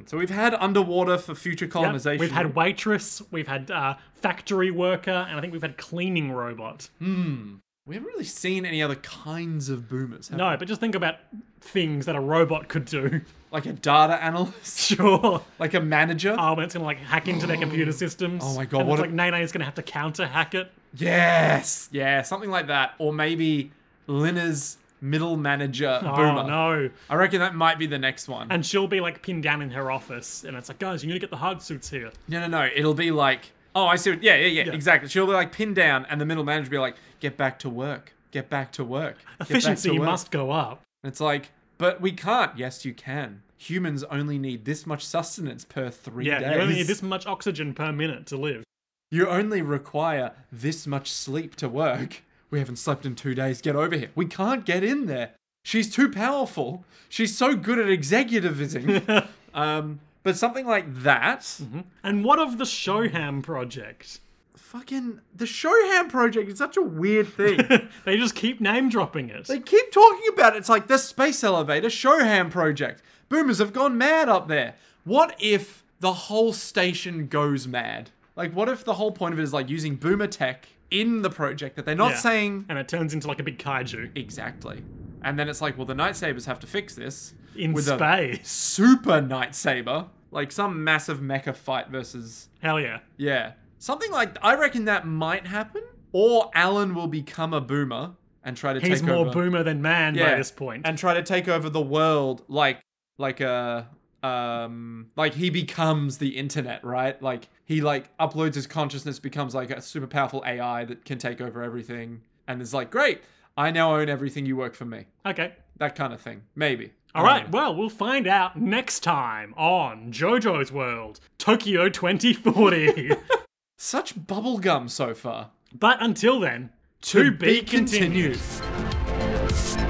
[SPEAKER 2] so we've had underwater for future
[SPEAKER 1] Yep,
[SPEAKER 2] colonization.
[SPEAKER 1] We've had waitress, we've had uh, factory worker, and I think we've had cleaning robot.
[SPEAKER 2] Hmm. We haven't really seen any other kinds of boomers. Have
[SPEAKER 1] No, but just think about things that a robot could do.
[SPEAKER 2] we? Like a data analyst,
[SPEAKER 1] sure.
[SPEAKER 2] like a manager.
[SPEAKER 1] Oh, and it's gonna like hack into their computer systems.
[SPEAKER 2] Oh my God,
[SPEAKER 1] And
[SPEAKER 2] what
[SPEAKER 1] it's
[SPEAKER 2] a-
[SPEAKER 1] like Nene is gonna have to counter hack it.
[SPEAKER 2] yes, yeah, something like that. Or maybe Lina's middle manager boomer.
[SPEAKER 1] Oh no!
[SPEAKER 2] I reckon that might be the next one.
[SPEAKER 1] And she'll be like pinned down in her office, and it's like, guys, you need to get the hard suits here.
[SPEAKER 2] no, no, no. It'll be like, oh, I see. What, yeah, yeah, yeah, exactly. She'll be like pinned down, and the middle manager will be like, get back to work, get back to work. get back to
[SPEAKER 1] Efficiency
[SPEAKER 2] work."
[SPEAKER 1] must go up.
[SPEAKER 2] And it's like, but we can't. Yes, you can. Humans only need this much sustenance per three
[SPEAKER 1] Yeah,
[SPEAKER 2] days.
[SPEAKER 1] you only need this much oxygen per minute to live.
[SPEAKER 2] You only require this much sleep to work. We haven't slept in two days. Get over here. We can't get in there. She's too powerful. She's so good at executivism. um, but something like that.
[SPEAKER 1] And what of the Shoham project?
[SPEAKER 2] Fucking the Shoham project is such a weird thing.
[SPEAKER 1] they just keep name dropping it.
[SPEAKER 2] they keep talking about it. It's like the space elevator Shoham project. Boomers have gone mad up there. What if the whole station goes mad? Like, what if the whole point of it is like using boomer tech in the project that they're not
[SPEAKER 1] Yeah.
[SPEAKER 2] saying
[SPEAKER 1] and it turns into like a big kaiju
[SPEAKER 2] Exactly. And then it's like, well, the Night Sabers have to fix this
[SPEAKER 1] in
[SPEAKER 2] with a
[SPEAKER 1] space.
[SPEAKER 2] super Night Saber, like some massive mecha fight versus
[SPEAKER 1] Hell yeah.
[SPEAKER 2] yeah, something like I reckon that might happen. Or Alan will become a boomer and try to
[SPEAKER 1] He's
[SPEAKER 2] take
[SPEAKER 1] more
[SPEAKER 2] over
[SPEAKER 1] boomer than man by
[SPEAKER 2] Yeah.
[SPEAKER 1] this point.
[SPEAKER 2] and try to take over the world, like like a um like he becomes the internet, right? Like he like uploads his consciousness, becomes like a super powerful AI that can take over everything, and is like, great, I now own everything. You work for me
[SPEAKER 1] okay.
[SPEAKER 2] that kind of thing. Maybe.
[SPEAKER 1] All right, well, we'll find out next time on JoJo's World, Tokyo 2040.
[SPEAKER 2] Such bubblegum so far.
[SPEAKER 1] but until then, to, be continued.
[SPEAKER 2] continued.